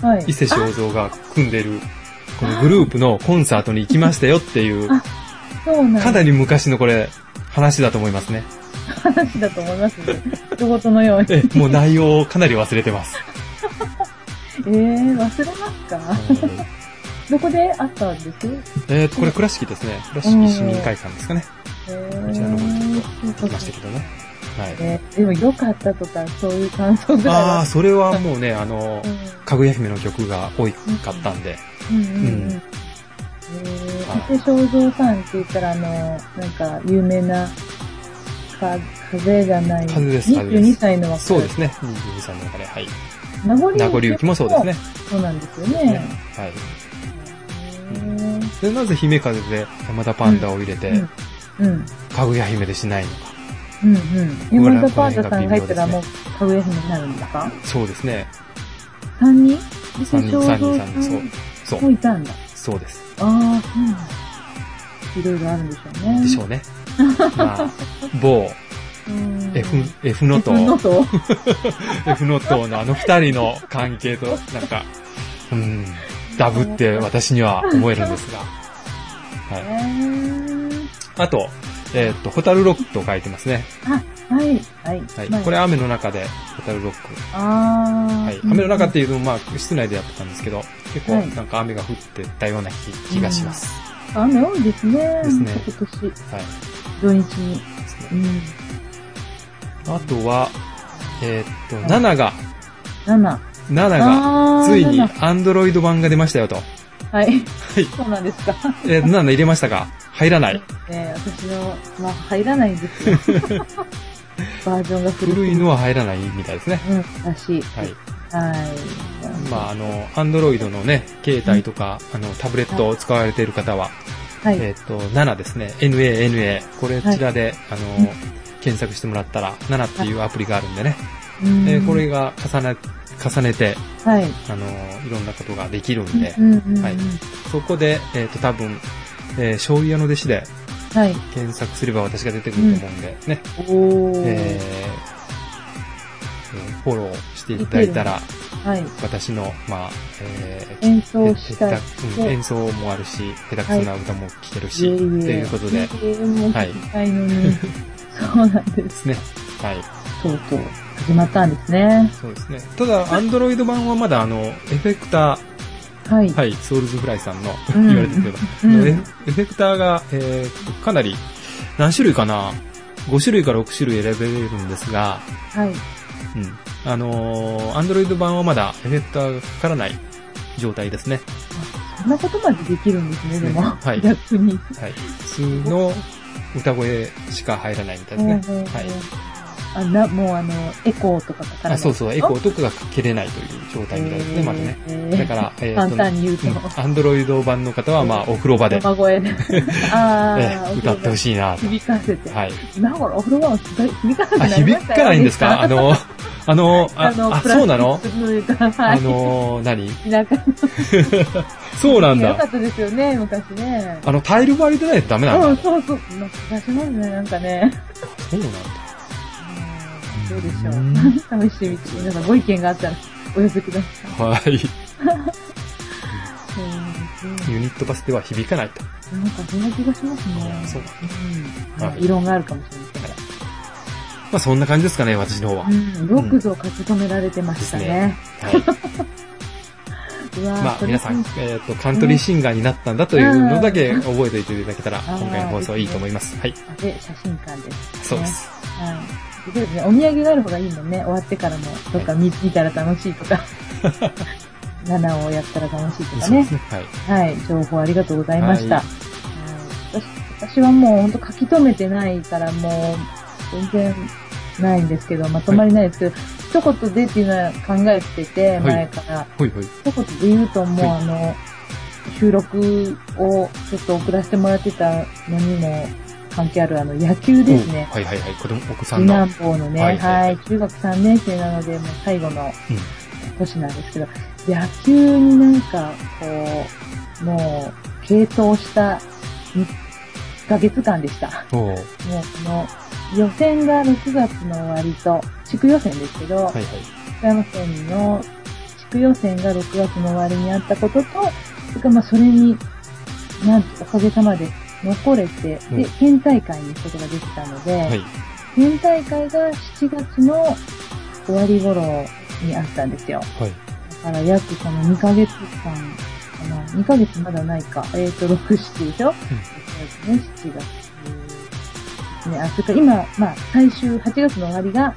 [SPEAKER 2] はい、
[SPEAKER 1] 伊勢
[SPEAKER 2] あ
[SPEAKER 1] 正蔵が組んでる、このグループのコンサートに行きましたよっていう、
[SPEAKER 2] そうなん
[SPEAKER 1] かなり昔のこれ、話だと思いますね。
[SPEAKER 2] 話だと思いますね。人事 のように。え
[SPEAKER 1] え、もう内容をかなり忘れてます。
[SPEAKER 2] えー、忘れますかどこで会ったんです
[SPEAKER 1] えーと、これ倉敷ですね。倉敷市民会館ですかね。
[SPEAKER 2] えー、
[SPEAKER 1] こちらの方に
[SPEAKER 2] そ
[SPEAKER 1] 行
[SPEAKER 2] うかそ
[SPEAKER 1] き
[SPEAKER 2] うか
[SPEAKER 1] ましたけどね。はい。
[SPEAKER 2] えーでも良かったとか、そういう感想ぐらい
[SPEAKER 1] あ
[SPEAKER 2] は
[SPEAKER 1] あ、。それはもうね、あの
[SPEAKER 2] う、ん
[SPEAKER 1] かぐや姫の曲が多かったんで。
[SPEAKER 2] うんうんうん
[SPEAKER 1] うんは
[SPEAKER 2] えー、伊勢正蔵さんって言ったら、あの、なんか、有名な、か、風じゃない。
[SPEAKER 1] 風です風です
[SPEAKER 2] 22歳の若い。
[SPEAKER 1] そうですね。22歳の中で。はい。
[SPEAKER 2] 名残
[SPEAKER 1] 名残ゆきもそうですね。。
[SPEAKER 2] そうなんですよね。
[SPEAKER 1] はい。
[SPEAKER 2] へー
[SPEAKER 1] で、なぜ姫風で山田パンダを入れて、
[SPEAKER 2] うん。うん。
[SPEAKER 1] かぐや姫でしないのか。
[SPEAKER 2] うんうん。山田パンダさんが入ったらもう、かぐや姫になるんですか
[SPEAKER 1] そうですね。
[SPEAKER 2] 三人
[SPEAKER 1] 3人、3人、3人、
[SPEAKER 2] そ
[SPEAKER 1] そ
[SPEAKER 2] う。
[SPEAKER 1] う。そ
[SPEAKER 2] もう
[SPEAKER 1] う。
[SPEAKER 2] いたんだ。
[SPEAKER 1] そうです。
[SPEAKER 2] ああ、そうなんだ。いろいろあるんでしょうね。
[SPEAKER 1] でしょうね。まあ、某
[SPEAKER 2] うん。
[SPEAKER 1] F、F ノート
[SPEAKER 2] F ノート
[SPEAKER 1] F ノットのあの二人の関係と、なんか、うん、ダブって私には思えるんですが。は
[SPEAKER 2] え
[SPEAKER 1] い。
[SPEAKER 2] ー
[SPEAKER 1] あと、えーっと、ホタルロックと書いてますね。
[SPEAKER 2] あ、はい、はい。
[SPEAKER 1] はい
[SPEAKER 2] まあ。
[SPEAKER 1] これ雨の中で語るロック。
[SPEAKER 2] あー。
[SPEAKER 1] はい。雨の中って
[SPEAKER 2] い
[SPEAKER 1] いうのも、まあ、室内でやってたんですけど、結構
[SPEAKER 2] はい
[SPEAKER 1] なんか雨が降ってたような気気がします。
[SPEAKER 2] うん。雨多いですね。
[SPEAKER 1] ですね
[SPEAKER 2] 今年、
[SPEAKER 1] はい。
[SPEAKER 2] 土日に。
[SPEAKER 1] ですね
[SPEAKER 2] うん。
[SPEAKER 1] あとは、えーっと、
[SPEAKER 2] はい
[SPEAKER 1] 7が、
[SPEAKER 2] 7。
[SPEAKER 1] 7が、
[SPEAKER 2] あー
[SPEAKER 1] ついに
[SPEAKER 2] 7
[SPEAKER 1] Android 版が出ましたよと。
[SPEAKER 2] はい。
[SPEAKER 1] い
[SPEAKER 2] そうなんですか。
[SPEAKER 1] えー、7入れましたか入らない。
[SPEAKER 2] ね私の、まあ、入らないんです よ。バージョンが古
[SPEAKER 1] 古い
[SPEAKER 2] の。
[SPEAKER 1] のは入らないみたいですね。
[SPEAKER 2] うん、らしい。
[SPEAKER 1] はい。。
[SPEAKER 2] はい。
[SPEAKER 1] まあ、あの、Android のね、携帯とか、あの、タブレットを使われている方は、
[SPEAKER 2] はい。
[SPEAKER 1] えーっと、7ですね。NANA。これ、こちらで、あ
[SPEAKER 2] うん
[SPEAKER 1] の、検索してもらったら、7っていうアプリがあるんでね。
[SPEAKER 2] うん
[SPEAKER 1] えーこれ、が重ね、重ねて、
[SPEAKER 2] はい。
[SPEAKER 1] あの、いろんなことができるんで
[SPEAKER 2] う、んうんうん
[SPEAKER 1] はいそこで、えっ、と、多分、えー醤油屋の弟子で
[SPEAKER 2] はい。
[SPEAKER 1] 検索すれば私が出てくると思うんで、ね、
[SPEAKER 2] おー。
[SPEAKER 1] えーえーフォローしていただいたら、
[SPEAKER 2] はい。
[SPEAKER 1] 私の、まあ、えー
[SPEAKER 2] 演奏したい
[SPEAKER 1] へ。へたうん演奏もあるし、下手くそな歌も聴けるし、
[SPEAKER 2] いえいえ
[SPEAKER 1] ということで、で
[SPEAKER 2] えーもう
[SPEAKER 1] はい
[SPEAKER 2] 聞きたいのに。そうなんです。
[SPEAKER 1] すね。はい。
[SPEAKER 2] とうとう始まったんですね。
[SPEAKER 1] そうですね。ただ、アンドロイド版はまだ、あの、エフェクター、
[SPEAKER 2] はい。
[SPEAKER 1] はい、ソウルズフライさんの、
[SPEAKER 2] うん
[SPEAKER 1] 言われてるけど、
[SPEAKER 2] うん
[SPEAKER 1] エフエフェクターが、えーかなり、何種類かな ?5 種類から6種類選べるんですが、
[SPEAKER 2] はい。
[SPEAKER 1] うん。あのー、アンドロイド版はまだエフェクターがかからない状態ですね。
[SPEAKER 2] そんなことまでできるんですね、でも。
[SPEAKER 1] はい
[SPEAKER 2] 逆に。
[SPEAKER 1] はい。普通の歌声しか入らないみたいですね。はい。
[SPEAKER 2] あな、もうあの、エコーとかかからない。
[SPEAKER 1] あ、そうそう、エコ
[SPEAKER 2] ー、
[SPEAKER 1] ーとかがかけれないという状態みたいですね、まだね。だからら、えー
[SPEAKER 2] 簡単に言うと。
[SPEAKER 1] うんアンドロイド版の方は、まあ、お風呂場で、
[SPEAKER 2] 生 声で。あ
[SPEAKER 1] えー
[SPEAKER 2] あ、
[SPEAKER 1] 歌ってほしいな と。
[SPEAKER 2] 響かせて。
[SPEAKER 1] はい。
[SPEAKER 2] 今頃お風呂場を響かせて
[SPEAKER 1] あ、
[SPEAKER 2] なりま
[SPEAKER 1] 響
[SPEAKER 2] したよ
[SPEAKER 1] かないんですかあの、あの、あ、あそうなの
[SPEAKER 2] プラスチックというか、は
[SPEAKER 1] あ
[SPEAKER 2] い。
[SPEAKER 1] の、何
[SPEAKER 2] 田舎に
[SPEAKER 1] そうなん
[SPEAKER 2] 良か
[SPEAKER 1] だ。
[SPEAKER 2] ったですよね、昔ね。
[SPEAKER 1] あの、タイル張りでないとダメなんだ。
[SPEAKER 2] うん、そうそう。まあ、昔のね、なんかね。
[SPEAKER 1] そうなんだ。
[SPEAKER 2] うんどうでしょ
[SPEAKER 1] う
[SPEAKER 2] う。試してみて、皆さんご意見があったらお寄せください。
[SPEAKER 1] はい。
[SPEAKER 2] うん
[SPEAKER 1] ユニットバスでは響かないと。
[SPEAKER 2] なんかそんな気がしますね。
[SPEAKER 1] そう
[SPEAKER 2] うん
[SPEAKER 1] はい
[SPEAKER 2] 異論があるかもしれませんから。
[SPEAKER 1] まあそんな感じですかね、私の方は。
[SPEAKER 2] うん、よくぞ書き留められてましたね。
[SPEAKER 1] はい。
[SPEAKER 2] うわー
[SPEAKER 1] まあ
[SPEAKER 2] それ
[SPEAKER 1] 皆さん、えっ、と、カントリーシンガーになったんだというのだけ覚えておいていただけたら、
[SPEAKER 2] ー
[SPEAKER 1] 今回の放送いいと思います。はい。
[SPEAKER 2] で、写真館です、
[SPEAKER 1] そうで。す。
[SPEAKER 2] はい。そうですね。お土産がある方がいいもんね。終わってからも、どっか見見たら楽しいとか。7をやったら楽しいとか
[SPEAKER 1] そうで
[SPEAKER 2] ね
[SPEAKER 1] す。ね。はい。
[SPEAKER 2] はい。情報ありがとうございました。
[SPEAKER 1] は
[SPEAKER 2] はい私私はもう本当書き留めてないからもう全然ないんですけど、まとまりないですけど、一言でっていうのは考えてて、
[SPEAKER 1] い
[SPEAKER 2] 前から。
[SPEAKER 1] ほいほい。
[SPEAKER 2] 一言で言うともう、
[SPEAKER 1] は
[SPEAKER 2] あの、収録をちょっと送らせてもらってたのにも関係あるあの野球ですね。
[SPEAKER 1] おはいはいはい。子供、お子さん
[SPEAKER 2] 次
[SPEAKER 1] の
[SPEAKER 2] 男。坊のね、
[SPEAKER 1] は
[SPEAKER 2] はいい、
[SPEAKER 1] はいはい
[SPEAKER 2] 中学3年生なので、もう最後の年なんですけど、野球になんか、こう、もう、傾倒した1ヶ月間でした。
[SPEAKER 1] おー
[SPEAKER 2] もう、この、予選が6月の終わりと、地区予選ですけど、
[SPEAKER 1] はいはい。
[SPEAKER 2] 福山県の地区予選が6月の終わりにあったことと、それからまあそれに、なんとおかげさまで残れて、
[SPEAKER 1] うん
[SPEAKER 2] で、県大会に行くことができたので、
[SPEAKER 1] はい。
[SPEAKER 2] 県大会が7月の終わり頃にあったんですよ。
[SPEAKER 1] はい。
[SPEAKER 2] だから約その2ヶ月間かな。2ヶ月まだないか。えっ、と、6、7でしょ、うん、ね、7月。ね、あ、それから今、まあ、最終、8月の終わりが、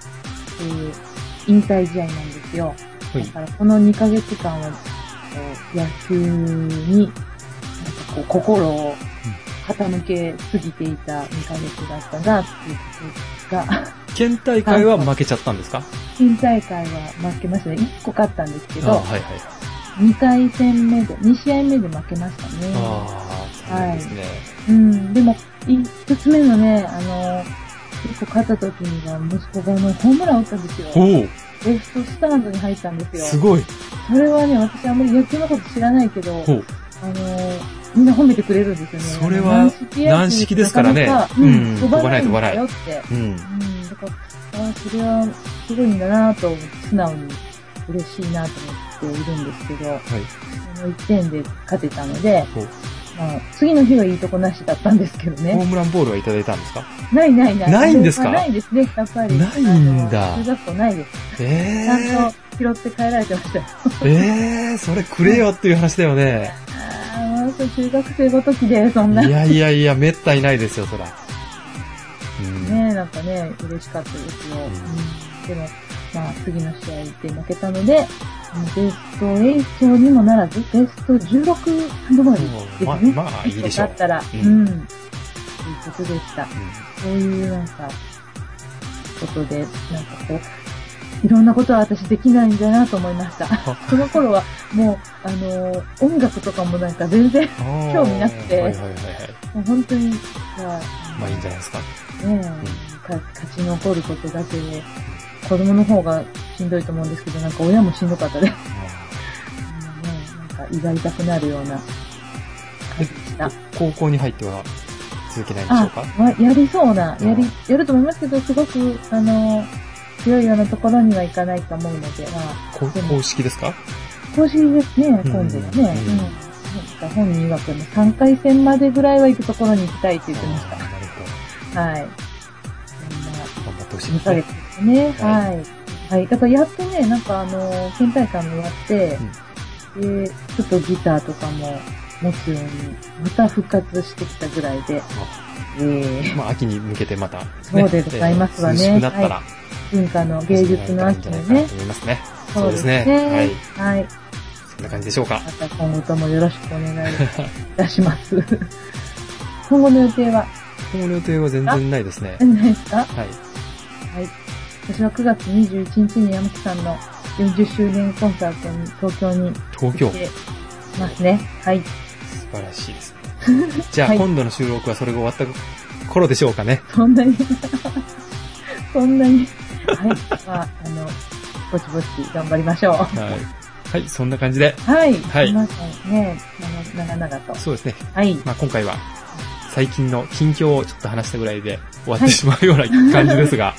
[SPEAKER 2] えー、引退試合なんですよ。
[SPEAKER 1] はい
[SPEAKER 2] だ。からこの2ヶ月間は、こう野球に、なんかこう、心を傾けすぎていた2ヶ月だったな、っていうことが、
[SPEAKER 1] 県大会は負けちゃったんですか
[SPEAKER 2] 県大会は負けましたね。1個勝ったんですけ
[SPEAKER 1] あー
[SPEAKER 2] ど、
[SPEAKER 1] はいはい。
[SPEAKER 2] 2回戦目で、2試合目で負けましたね。
[SPEAKER 1] ああ、残念ですね。
[SPEAKER 2] うん、でも、い一つ目のね、あの、結構勝った時には息子がもうホームラン打ったんですよ。レフトスタンドに入ったんで
[SPEAKER 1] おお
[SPEAKER 2] すよ。
[SPEAKER 1] すごい。
[SPEAKER 2] それはね、私あんまり野球のこと知らないけど、
[SPEAKER 1] ほう。
[SPEAKER 2] あのーみんな褒めてくれるんですよね。
[SPEAKER 1] それは
[SPEAKER 2] 軟式野球
[SPEAKER 1] 軟式ですからね
[SPEAKER 2] なかなか
[SPEAKER 1] う
[SPEAKER 2] うんん、飛ばない
[SPEAKER 1] 飛
[SPEAKER 2] ん
[SPEAKER 1] ばない飛ばな
[SPEAKER 2] だ
[SPEAKER 1] い
[SPEAKER 2] よって。
[SPEAKER 1] うん。
[SPEAKER 2] うん、だから、ああ、それはすごいんだなと思って、素直に嬉しいなと思っているんですけど、
[SPEAKER 1] はい。
[SPEAKER 2] その1点で勝てたので
[SPEAKER 1] ほう、
[SPEAKER 2] まあ、次の日はいいとこなしだったんですけど
[SPEAKER 1] ホー
[SPEAKER 2] ね。
[SPEAKER 1] ムランボールはいただいたんですか
[SPEAKER 2] ないないない。
[SPEAKER 1] ないんですか
[SPEAKER 2] ないですね、やっぱり。
[SPEAKER 1] ないんだ
[SPEAKER 2] あの中学校ないです。ちゃ
[SPEAKER 1] え
[SPEAKER 2] んと拾って帰られてましたよ。
[SPEAKER 1] ー、えー、それくれよっていう話だよね。
[SPEAKER 2] ああ、そう中学生ごときで、そ
[SPEAKER 1] い
[SPEAKER 2] んな。ね
[SPEAKER 1] やいやいや、めったにないですよ、そら。うん。
[SPEAKER 2] え、なんかね、嬉しかったですよ。うん、でも、まあ、次の試合で負けたので、ベスト8にもならず、ベスト16ぐらいです
[SPEAKER 1] まあ
[SPEAKER 2] ね。
[SPEAKER 1] まあいいでしょう
[SPEAKER 2] だったら、
[SPEAKER 1] う
[SPEAKER 2] うんん。と、いうことでした。
[SPEAKER 1] う
[SPEAKER 2] そういうなんか、ことで、なんかこう、いろんなことは私できないんだなと思いま した。その頃はもう、あのー音楽とかもなんか全然、
[SPEAKER 1] ん
[SPEAKER 2] 興味なくて
[SPEAKER 1] はいはいはいはい。
[SPEAKER 2] もう本当に、まあ、
[SPEAKER 1] まあいいんじゃないですか。
[SPEAKER 2] ねえ、か勝ち残ることだけで、子供の方がしんどいと思うんですけど、なんか親もしんどかったで、ね、なんか胃が痛くなるような感じでした。
[SPEAKER 1] 高校に入っては続けないんでしょう
[SPEAKER 2] あ
[SPEAKER 1] か、
[SPEAKER 2] まやりそうな、
[SPEAKER 1] うん
[SPEAKER 2] やり、やると思いますけど、すごく、あの、強いようなところにはいかないと思うので、まあ、
[SPEAKER 1] こ公式ですか
[SPEAKER 2] 公式ですね、
[SPEAKER 1] うん
[SPEAKER 2] 今度はね。
[SPEAKER 1] う
[SPEAKER 2] うんん。なんか本人曰くも3回戦までぐらいは行くところに行きたいって言ってまし
[SPEAKER 1] あーなるほ
[SPEAKER 2] た。はい。
[SPEAKER 1] ど。頑張ってほし
[SPEAKER 2] そ
[SPEAKER 1] い
[SPEAKER 2] んな、
[SPEAKER 1] で
[SPEAKER 2] 2
[SPEAKER 1] す
[SPEAKER 2] ヶ
[SPEAKER 1] ね
[SPEAKER 2] 月。ですね。
[SPEAKER 1] は
[SPEAKER 2] はい。はい。だからやっとね、なんかあの、県大会も終わって、で、ちょっとギターとかも持つように、また復活してきたぐらいで、えー
[SPEAKER 1] まあ、秋に向けてまた、ね、
[SPEAKER 2] そうでございますわね
[SPEAKER 1] えー涼しくなったら、
[SPEAKER 2] 文化の芸術の秋
[SPEAKER 1] い
[SPEAKER 2] の
[SPEAKER 1] いんじゃないか
[SPEAKER 2] ね
[SPEAKER 1] なと。思いますね。そうですね。はい。
[SPEAKER 2] はい。
[SPEAKER 1] そんな感じでしょうか。
[SPEAKER 2] また今後ともよろしくお願いいたし ます。今後の予定は
[SPEAKER 1] 今後の予定は全然ないですね。
[SPEAKER 2] 何ですかは
[SPEAKER 1] はい。
[SPEAKER 2] い。私は9月21日に山木さんの40周年コンサートに東京に
[SPEAKER 1] 東京
[SPEAKER 2] 行っ。てますね。はい。
[SPEAKER 1] 素晴らしいです ね。じゃあ、
[SPEAKER 2] はい
[SPEAKER 1] 今度の収録はそれが終わった頃でしょうか ね。
[SPEAKER 2] そんなに、そんなに。はい。まあ、あの、ぼちぼち頑張りましょう。
[SPEAKER 1] はい。はい、そんな感じで。
[SPEAKER 2] はい。
[SPEAKER 1] はい
[SPEAKER 2] 皆さんね、あの長々と。
[SPEAKER 1] そうですね。
[SPEAKER 2] はい。
[SPEAKER 1] まあ、今回は、最近の近況をちょっと話したぐらいで終わってしまうような感じですが、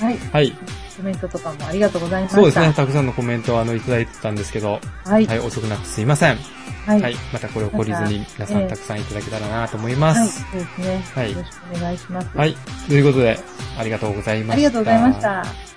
[SPEAKER 2] はい。
[SPEAKER 1] はい。
[SPEAKER 2] コメントとかもありがとうございました。
[SPEAKER 1] そうですね。たくさんのコメントをあの、いただいてたんですけど、
[SPEAKER 2] はい。
[SPEAKER 1] はい、遅くなくすいません。
[SPEAKER 2] は
[SPEAKER 1] はいい。。またこれを懲りずに皆さ
[SPEAKER 2] え
[SPEAKER 1] ん
[SPEAKER 2] え
[SPEAKER 1] たくさんいただけたらなと思いま
[SPEAKER 2] はい、
[SPEAKER 1] す。
[SPEAKER 2] そうですね。
[SPEAKER 1] はい
[SPEAKER 2] よろしくお願いします。
[SPEAKER 1] はい。ということで、ありがとうございました。
[SPEAKER 2] ありがとうございました。